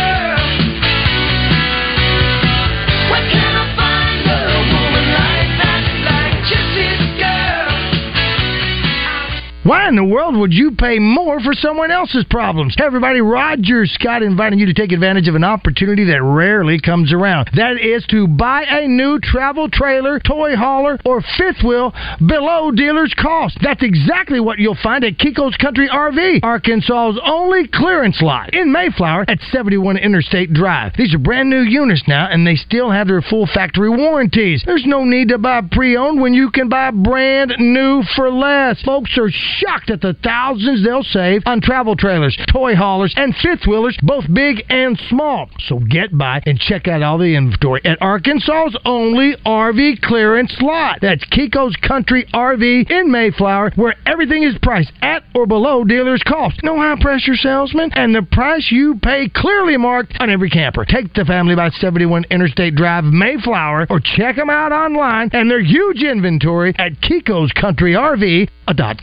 Speaker 8: Why in the world would you pay more for someone else's problems? Hey, everybody, Roger Scott inviting you to take advantage of an opportunity that rarely comes around. That is to buy a new travel trailer, toy hauler, or fifth wheel below dealer's cost. That's exactly what you'll find at Kiko's Country RV, Arkansas's only clearance lot in Mayflower at 71 Interstate Drive. These are brand new units now, and they still have their full factory warranties. There's no need to buy pre-owned when you can buy brand new for less. Folks are shocked at the thousands they'll save on travel trailers, toy haulers, and fifth wheelers, both big and small. So get by and check out all the inventory at Arkansas's only RV clearance lot. That's Kiko's Country RV in Mayflower, where everything is priced at or below dealer's cost. No high pressure salesman, and the price you pay clearly marked on every camper. Take the family by 71 Interstate Drive, Mayflower, or check them out online and their huge inventory at Kiko's Country RV.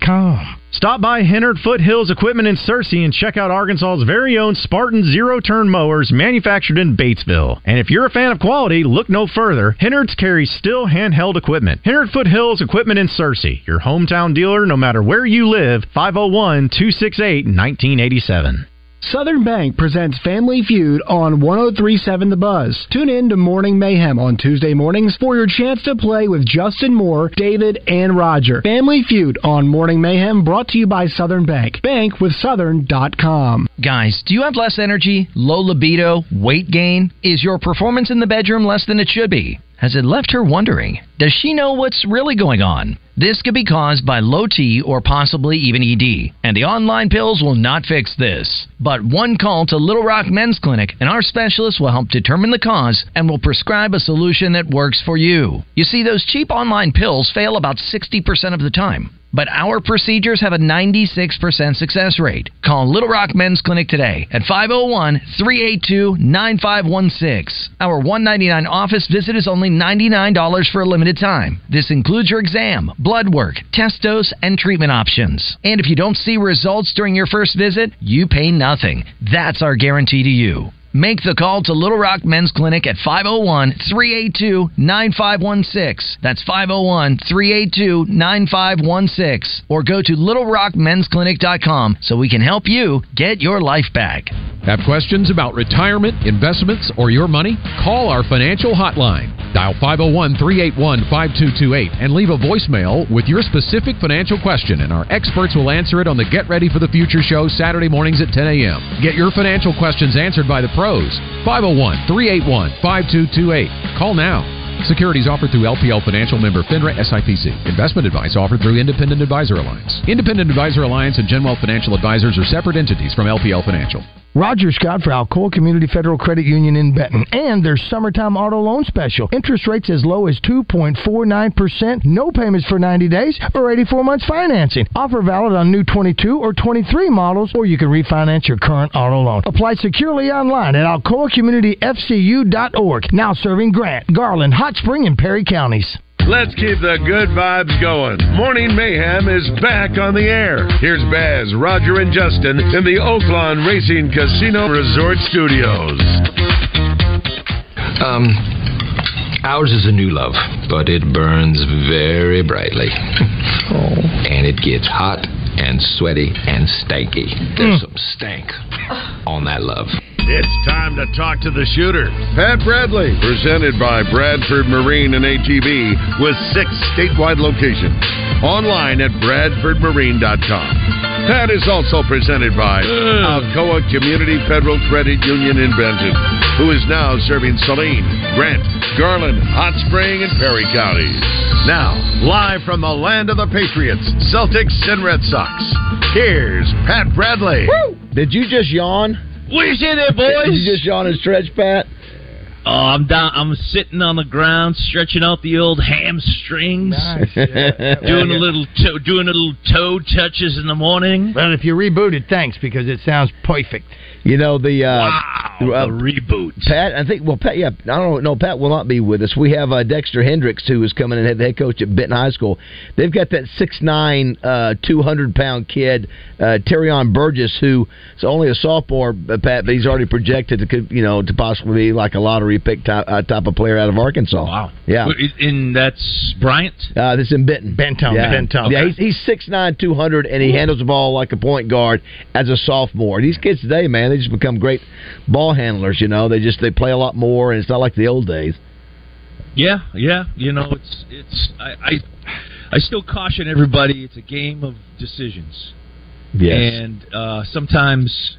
Speaker 8: com.
Speaker 19: Stop by Hennard Foothills Equipment in Searcy and check out Arkansas's very own Spartan zero turn mowers manufactured in Batesville. And if you're a fan of quality, look no further. Hennard's carries still handheld equipment. Hennard Foothills Equipment in Searcy, your hometown dealer no matter where you live, 501 268 1987.
Speaker 10: Southern Bank presents Family Feud on 1037 The Buzz. Tune in to Morning Mayhem on Tuesday mornings for your chance to play with Justin Moore, David, and Roger. Family Feud on Morning Mayhem brought to you by Southern Bank. Bank with Southern.com.
Speaker 20: Guys, do you have less energy, low libido, weight gain? Is your performance in the bedroom less than it should be? Has it left her wondering? Does she know what's really going on? This could be caused by low T or possibly even ED, and the online pills will not fix this. But one call to Little Rock Men's Clinic, and our specialists will help determine the cause and will prescribe a solution that works for you. You see, those cheap online pills fail about 60% of the time but our procedures have a 96% success rate. Call Little Rock Men's Clinic today at 501-382-9516. Our 199 office visit is only $99 for a limited time. This includes your exam, blood work, test dose, and treatment options. And if you don't see results during your first visit, you pay nothing. That's our guarantee to you. Make the call to Little Rock Men's Clinic at 501 382 9516. That's 501 382 9516. Or go to littlerockmensclinic.com so we can help you get your life back.
Speaker 21: Have questions about retirement, investments, or your money? Call our financial hotline. Dial 501 381 5228 and leave a voicemail with your specific financial question, and our experts will answer it on the Get Ready for the Future show Saturday mornings at 10 a.m. Get your financial questions answered by the pros. 501 381 5228. Call now. Securities offered through LPL Financial Member FINRA SIPC. Investment advice offered through Independent Advisor Alliance. Independent Advisor Alliance and Genwell Financial Advisors are separate entities from LPL Financial.
Speaker 8: Roger Scott for Alcoa Community Federal Credit Union in Benton and their summertime auto loan special. Interest rates as low as 2.49%, no payments for 90 days or 84 months financing. Offer valid on new 22 or 23 models, or you can refinance your current auto loan. Apply securely online at alcoacommunityfcu.org. Now serving Grant, Garland, Hot Spring, and Perry counties.
Speaker 1: Let's keep the good vibes going. Morning Mayhem is back on the air. Here's Baz, Roger, and Justin in the Oaklawn Racing Casino Resort Studios.
Speaker 4: Um, ours is a new love, but it burns very brightly. Oh. And it gets hot and sweaty and stanky. There's some stank on that love.
Speaker 1: It's time to talk to the shooter, Pat Bradley. Presented by Bradford Marine and ATV with six statewide locations. Online at bradfordmarine.com. Pat is also presented by Alcoa Community Federal Credit Union in Benton, who is now serving Saline, Grant, Garland, Hot Spring, and Perry counties. Now, live from the land of the Patriots, Celtics, and Red Sox, here's Pat Bradley.
Speaker 7: [laughs] Did you just yawn?
Speaker 18: What do you say there, boys?
Speaker 7: Did you just yawn and stretch, Pat?
Speaker 18: Oh, I'm down. I'm sitting on the ground, stretching out the old hamstrings, doing a little toe, doing a little toe touches in the morning.
Speaker 8: Well, if you rebooted, thanks because it sounds perfect.
Speaker 7: You know the uh,
Speaker 18: uh, reboot.
Speaker 7: Pat, I think. Well, Pat. Yeah, I don't know. Pat will not be with us. We have uh, Dexter Hendricks, who is coming in, the head coach at Benton High School. They've got that six nine, uh, two hundred pound kid, uh, Terrion Burgess, who is only a sophomore, uh, Pat, but he's already projected to, could, you know, to possibly be like a lottery pick type, uh, type of player out of Arkansas. Wow. Yeah.
Speaker 18: And that's Bryant.
Speaker 7: Uh, this is in Benton.
Speaker 8: Benton.
Speaker 7: Yeah.
Speaker 8: Benton.
Speaker 7: Yeah, he's, he's 6'9", 200, and he handles the ball like a point guard as a sophomore. These kids today, man, they just become great ball handlers. You know, they just they play a lot more, and it's not like the old days.
Speaker 18: Yeah, yeah. You know, it's it's. I I, I still caution everybody. It's a game of decisions.
Speaker 7: Yes.
Speaker 18: And uh, sometimes,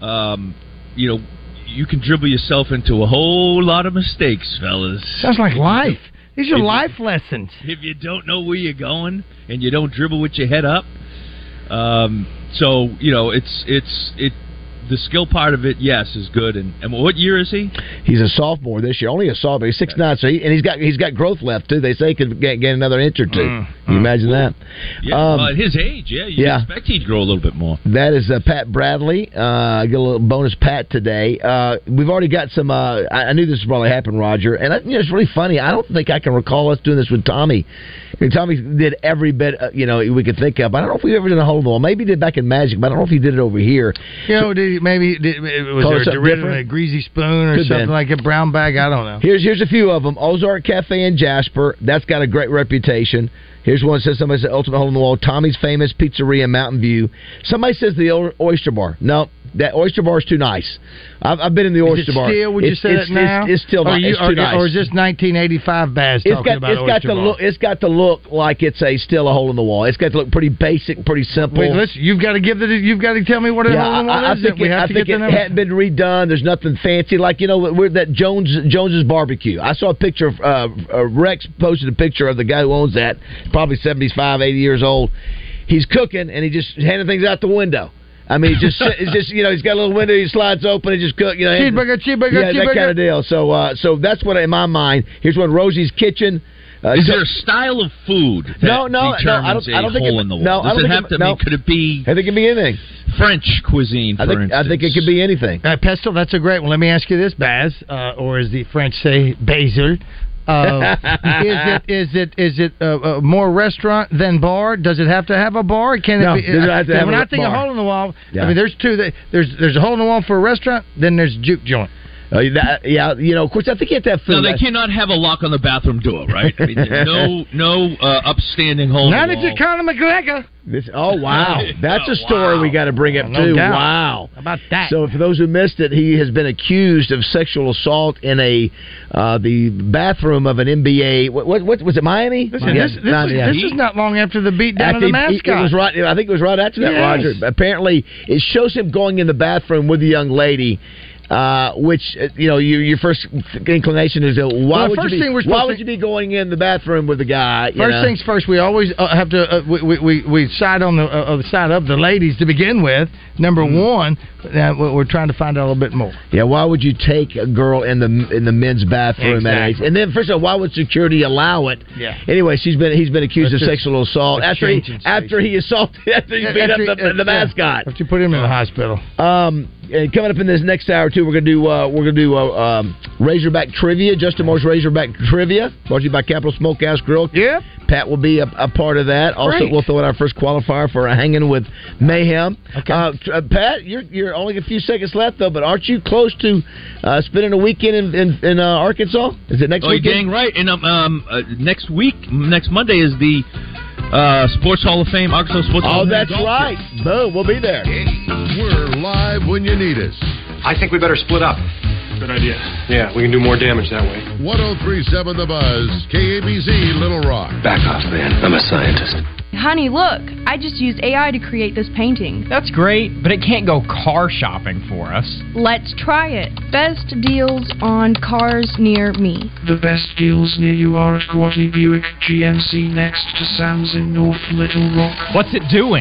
Speaker 18: um, you know, you can dribble yourself into a whole lot of mistakes, fellas.
Speaker 8: Sounds like life. These are
Speaker 18: If you-
Speaker 8: life lessons.
Speaker 18: If you don't know where you're going and you don't dribble with your head up, um, so you know it's it's it. The skill part of it, yes, is good. And, and what year is he?
Speaker 7: He's a sophomore this year, only a sophomore. He's six nine, so he, and he's got he's got growth left too. They say he could get, get another inch or two.
Speaker 18: Mm,
Speaker 7: you imagine that?
Speaker 18: Yeah,
Speaker 7: Um,
Speaker 18: well, at his age, yeah, you
Speaker 7: yeah.
Speaker 18: expect he'd grow a little bit more.
Speaker 7: That is uh, Pat Bradley. Uh, get a little bonus Pat today. Uh, we've already got some. Uh, I, I knew this would probably happen, Roger. And I, you know, it's really funny. I don't think I can recall us doing this with Tommy. I mean, Tommy did every bit uh, you know we could think of. I don't know if we ever did a hold ball. Maybe he did back in Magic, but I don't know if he did it over here.
Speaker 8: You know, did, maybe did, was
Speaker 7: Call
Speaker 8: there
Speaker 7: us
Speaker 8: a
Speaker 7: up
Speaker 8: derivative,
Speaker 7: different?
Speaker 8: a greasy spoon or
Speaker 7: Could
Speaker 8: something
Speaker 7: been.
Speaker 8: like a brown bag? I don't know.
Speaker 7: Here's here's a few of them. Ozark Cafe in Jasper. That's got a great reputation. Here's one that says somebody said Ultimate Hole in the Wall. Tommy's Famous Pizzeria in Mountain View. Somebody says the O- Oyster Bar. No, that Oyster Bar is too nice. I've, I've been in the
Speaker 8: Is it
Speaker 7: Oyster Bar.
Speaker 8: Still, would you
Speaker 7: It's-
Speaker 8: say
Speaker 7: it's,
Speaker 8: that now?
Speaker 7: It's, it's still
Speaker 8: Or
Speaker 7: not.
Speaker 8: you-
Speaker 7: it's too
Speaker 8: or,
Speaker 7: nice.
Speaker 8: Or is this 1985 Baz
Speaker 7: it's
Speaker 8: talking
Speaker 7: got
Speaker 8: about
Speaker 7: it's got
Speaker 8: oyster
Speaker 7: the
Speaker 8: bar?
Speaker 7: look. It's got the look like it's a still a hole in the wall. It's got to look pretty basic, pretty simple.
Speaker 8: Wait, listen, you've got to give the. You've got to tell me what a
Speaker 7: Yeah,
Speaker 8: hole in the wall
Speaker 7: I, I
Speaker 8: is.
Speaker 7: think
Speaker 8: we
Speaker 7: it,
Speaker 8: have
Speaker 7: I
Speaker 8: to
Speaker 7: think
Speaker 8: get
Speaker 7: it
Speaker 8: the number.
Speaker 7: hadn't been redone. There's nothing fancy like you know we're, that Jones Jones's barbecue. I saw a picture of uh, uh, Rex posted a picture of the guy who owns that, probably 75, 80 years old. He's cooking and he just handing things out the window. I mean, he just [laughs] it's just you know he's got a little window he slides open and just cook you know and-
Speaker 8: Cheeseburger, cheeseburger,
Speaker 7: yeah, that
Speaker 8: cheeseburger.
Speaker 7: kind of deal. So uh, so that's what in my mind. Here's one Rosie's kitchen. Uh,
Speaker 18: Is
Speaker 7: so-
Speaker 18: there a style of food that
Speaker 7: No, no, no, I don't-
Speaker 18: determines
Speaker 7: I don't
Speaker 18: a
Speaker 7: think it-
Speaker 18: hole in the wall?
Speaker 7: no, I
Speaker 18: Does
Speaker 7: don't
Speaker 18: it
Speaker 7: think
Speaker 18: have
Speaker 7: it-
Speaker 18: to
Speaker 7: no.
Speaker 18: be? Could it be?
Speaker 7: I think it can be anything.
Speaker 18: French cuisine, for
Speaker 7: I think
Speaker 18: instance.
Speaker 7: I think it could be anything.
Speaker 8: Uh, pestle, that's a great one. Let me ask you this, Baz, uh, or as the French say, basil.
Speaker 7: [laughs]
Speaker 8: Uh, is it is it is it uh, uh, more restaurant than bar? Does it have to have a bar? Can
Speaker 7: No,
Speaker 8: it be?
Speaker 7: does it have to have
Speaker 8: when
Speaker 7: a
Speaker 8: I think
Speaker 7: bar.
Speaker 8: a hole in the wall,
Speaker 7: Yeah.
Speaker 8: I mean there's two. That, there's there's a hole in the wall for a restaurant. Then there's a juke joint.
Speaker 7: Uh, that- yeah, you know, of course, I think you have to have food.
Speaker 18: No, they
Speaker 7: That's-
Speaker 18: cannot have a lock on the bathroom door, right?
Speaker 7: [laughs]
Speaker 18: I mean, there's no, no uh, upstanding hole.
Speaker 8: Not
Speaker 18: in
Speaker 8: at
Speaker 18: the
Speaker 8: your
Speaker 18: wall.
Speaker 8: Conor McGregor.
Speaker 7: This, oh wow, that's a story we got to bring up
Speaker 8: No
Speaker 7: too.
Speaker 8: doubt.
Speaker 7: Wow,
Speaker 8: How about that?
Speaker 7: So for those who missed it, he has been accused of sexual assault in a uh, the bathroom of an NBA. What, what, what was it? Miami?
Speaker 8: Listen,
Speaker 7: Yeah,
Speaker 8: this, this,
Speaker 7: not-
Speaker 8: is,
Speaker 7: yeah.
Speaker 8: this is not long after the beat down
Speaker 7: After
Speaker 8: of the
Speaker 7: he- he-
Speaker 8: mascot.
Speaker 7: It was right. I think it was right after that,
Speaker 8: Yes.
Speaker 7: Roger. Apparently, it shows him going in the bathroom with the young lady. Uh, which uh, you know, your your first inclination is uh, why
Speaker 8: Well,
Speaker 7: would
Speaker 8: first
Speaker 7: you be,
Speaker 8: thing we're supposed
Speaker 7: why
Speaker 8: to-
Speaker 7: would you be going in the bathroom with the guy? you
Speaker 8: First
Speaker 7: know?
Speaker 8: things first, we always uh, have to uh, we, we, we we side on the uh, uh, side of the ladies to begin with. Number
Speaker 4: Mm-hmm.
Speaker 8: one, uh, we- we're trying to find out a little bit more.
Speaker 7: Yeah, why would you take a girl in the in the men's bathroom at age?
Speaker 8: Exactly.
Speaker 7: And then first of all, why would security allow it?
Speaker 8: Yeah.
Speaker 7: Anyway, she's been he's been accused
Speaker 8: That's
Speaker 7: of
Speaker 8: just
Speaker 7: sexual assault
Speaker 8: a
Speaker 7: after he,
Speaker 8: change in
Speaker 7: after he assaulted after he
Speaker 8: Yeah,
Speaker 7: beat
Speaker 8: after-
Speaker 7: up the, the
Speaker 8: yeah,
Speaker 7: mascot.
Speaker 8: After you put him in the hospital.
Speaker 7: Um, and coming up in this next hour too, we're gonna do uh, we're gonna do uh, um, Razorback trivia. Justin Moore's Razorback trivia, brought to you by Capital Smokehouse Grill.
Speaker 8: Yeah,
Speaker 7: Pat will be a, a part of that. Also,
Speaker 8: Great.
Speaker 7: we'll throw in our first qualifier for a hanging with Mayhem. Okay. Uh, tr- uh, Pat, you're you're only a few seconds left though, but aren't you close to uh, spending a weekend in in, in uh, Arkansas? Is it next
Speaker 18: oh,
Speaker 7: weekend?
Speaker 18: you're dang right. And um, um, uh, next week, next Monday is the uh, Sports Hall of Fame, Arkansas Sports Hall
Speaker 13: Oh,
Speaker 18: of Fame.
Speaker 13: that's
Speaker 18: Golf
Speaker 13: right.
Speaker 7: Boom, we'll be there.
Speaker 13: We're live when you need us.
Speaker 2: I think we better split up. Good idea. Yeah, we can do more damage that way.
Speaker 13: 1037 The Buzz, KABZ Little Rock.
Speaker 2: Back off, man. I'm a scientist.
Speaker 3: Honey, look, I just used AI to create this painting.
Speaker 4: That's great, but it can't go car shopping for us.
Speaker 3: Let's try it. Best deals on cars near me.
Speaker 22: The best deals near you are at Watty Buick GMC next to Sam's in North Little Rock.
Speaker 4: What's it doing?